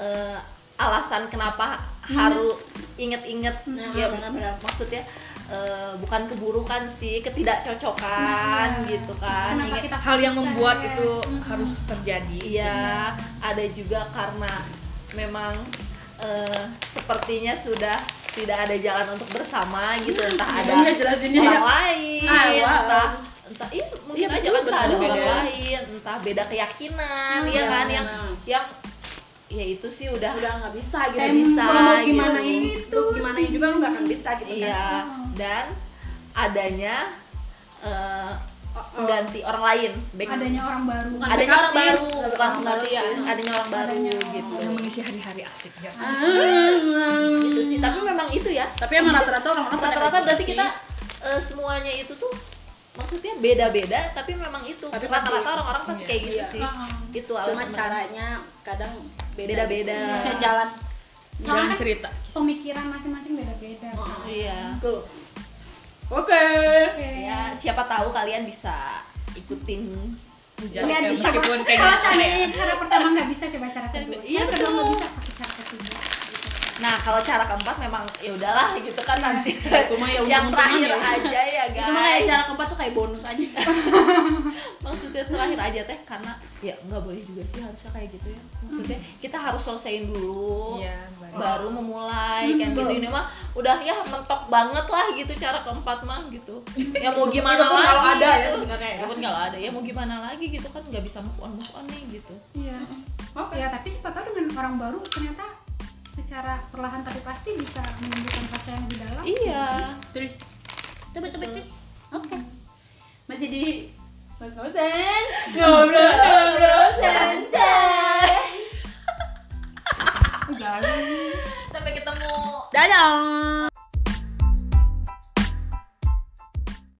[SPEAKER 1] eh, alasan kenapa
[SPEAKER 3] Iya.
[SPEAKER 1] harus inget-inget
[SPEAKER 2] Nah,
[SPEAKER 1] ya
[SPEAKER 2] benar-benar.
[SPEAKER 1] maksudnya eh, bukan keburukan sih, ketidakcocokan
[SPEAKER 3] Nah,
[SPEAKER 1] gitu kan.
[SPEAKER 3] kenapa
[SPEAKER 1] Ingat-
[SPEAKER 3] kita gitu
[SPEAKER 4] Hal
[SPEAKER 3] putus
[SPEAKER 4] yang
[SPEAKER 2] ya.
[SPEAKER 4] membuat
[SPEAKER 3] teh?
[SPEAKER 4] itu
[SPEAKER 3] Mm-mm.
[SPEAKER 4] harus terjadi.
[SPEAKER 1] Iya, ada juga karena memang eh, sepertinya sudah tidak ada jalan untuk bersama gitu entah ada
[SPEAKER 2] Iya, jelasinnya
[SPEAKER 1] orang
[SPEAKER 2] ya.
[SPEAKER 1] lain,
[SPEAKER 2] Ah, wow.
[SPEAKER 1] entah entah iya mungkin
[SPEAKER 2] Iya,
[SPEAKER 1] aja
[SPEAKER 2] betul,
[SPEAKER 1] kan entah ada
[SPEAKER 2] betul,
[SPEAKER 1] orang
[SPEAKER 2] beda.
[SPEAKER 1] lain, entah beda keyakinan, ya
[SPEAKER 2] Hmm, iya,
[SPEAKER 1] kan yang
[SPEAKER 2] benar.
[SPEAKER 1] yang ya itu sih udah
[SPEAKER 2] udah nggak bisa gitu
[SPEAKER 3] Em,
[SPEAKER 1] bisa
[SPEAKER 2] Lu mau gimana
[SPEAKER 1] gitu.
[SPEAKER 2] ini tuh gimana juga lu nggak akan bisa gitu
[SPEAKER 1] Iya,
[SPEAKER 2] kan
[SPEAKER 1] dan adanya eh,
[SPEAKER 2] Oh, oh.
[SPEAKER 1] ganti orang lain, back-
[SPEAKER 3] Adanya orang baru.
[SPEAKER 2] Bukan
[SPEAKER 1] adanya
[SPEAKER 2] backup
[SPEAKER 1] orang
[SPEAKER 2] sih.
[SPEAKER 1] baru, bukan
[SPEAKER 2] Bukan orang baru
[SPEAKER 1] kembalian,
[SPEAKER 2] sih.
[SPEAKER 1] adanya orang baru
[SPEAKER 3] Adanya orang
[SPEAKER 1] gitu.
[SPEAKER 4] Yang mengisi hari-hari asik, yes.
[SPEAKER 2] Ah,
[SPEAKER 1] gitu sih tapi memang itu ya
[SPEAKER 2] tapi emang rata-rata orang-orang pada
[SPEAKER 1] rata-rata
[SPEAKER 2] kayak gitu
[SPEAKER 1] berarti
[SPEAKER 2] sih.
[SPEAKER 1] kita eh, semuanya itu tuh maksudnya beda-beda tapi memang itu
[SPEAKER 2] Tapi
[SPEAKER 1] rata-rata
[SPEAKER 2] pasti-
[SPEAKER 1] orang-orang pasti kayak gitu
[SPEAKER 2] iya.
[SPEAKER 1] sih
[SPEAKER 3] Heeh.
[SPEAKER 1] itu
[SPEAKER 2] cuma
[SPEAKER 1] alasan
[SPEAKER 2] caranya kadang beda
[SPEAKER 1] Beda-beda.
[SPEAKER 2] Maksudnya jalan
[SPEAKER 3] Soalnya
[SPEAKER 4] Jangan
[SPEAKER 3] kan
[SPEAKER 4] cerita.
[SPEAKER 3] pemikiran masing-masing beda-beda.
[SPEAKER 1] mereka. iya
[SPEAKER 2] tuh oke
[SPEAKER 3] Oke.
[SPEAKER 1] ya siapa tahu kalian bisa ikutin
[SPEAKER 4] Jangan
[SPEAKER 3] Lihat
[SPEAKER 4] ya,
[SPEAKER 3] di siapa-
[SPEAKER 4] meskipun
[SPEAKER 3] kalau
[SPEAKER 4] kayak
[SPEAKER 3] seandainya cara pertama nggak bisa coba cara kedua
[SPEAKER 1] Iya,
[SPEAKER 3] cara kedua nggak
[SPEAKER 1] betul.
[SPEAKER 3] bisa pakai cara ketiga
[SPEAKER 1] nah kalau cara keempat memang ya udahlah gitu kan nanti
[SPEAKER 2] Iya. itu mah ya
[SPEAKER 1] yang
[SPEAKER 2] untung-untungan
[SPEAKER 1] terakhir aja ya
[SPEAKER 2] ya. itu mah kayak
[SPEAKER 1] guys
[SPEAKER 2] cara keempat tuh kayak bonus aja
[SPEAKER 1] maksudnya terakhir aja teh karena ya nggak boleh juga sih harusnya kayak gitu ya maksudnya
[SPEAKER 2] Hmm.
[SPEAKER 1] kita harus selesaiin dulu
[SPEAKER 4] Iya,
[SPEAKER 1] baru memulai kayak
[SPEAKER 3] Hmm,
[SPEAKER 1] gitu
[SPEAKER 3] betul.
[SPEAKER 1] ini mah udah ya mentok banget lah gitu cara keempat mah gitu ya mau gimana
[SPEAKER 2] Itu pun
[SPEAKER 1] lagi
[SPEAKER 2] kalau ada ya
[SPEAKER 1] gitu.
[SPEAKER 2] sebenarnya ya.
[SPEAKER 1] Itu pun kalau ada ya mau gimana lagi gitu kan nggak bisa move on move on nih gitu
[SPEAKER 3] iya ya tapi siapa tahu dengan orang baru ternyata secara perlahan tapi pasti bisa menimbulkan rasa yang lebih dalam
[SPEAKER 1] iya
[SPEAKER 2] coba coba coba. oke masih di Mas Hosen ngobrol ngobrol santai
[SPEAKER 3] jangan
[SPEAKER 1] sampai ketemu
[SPEAKER 2] dadah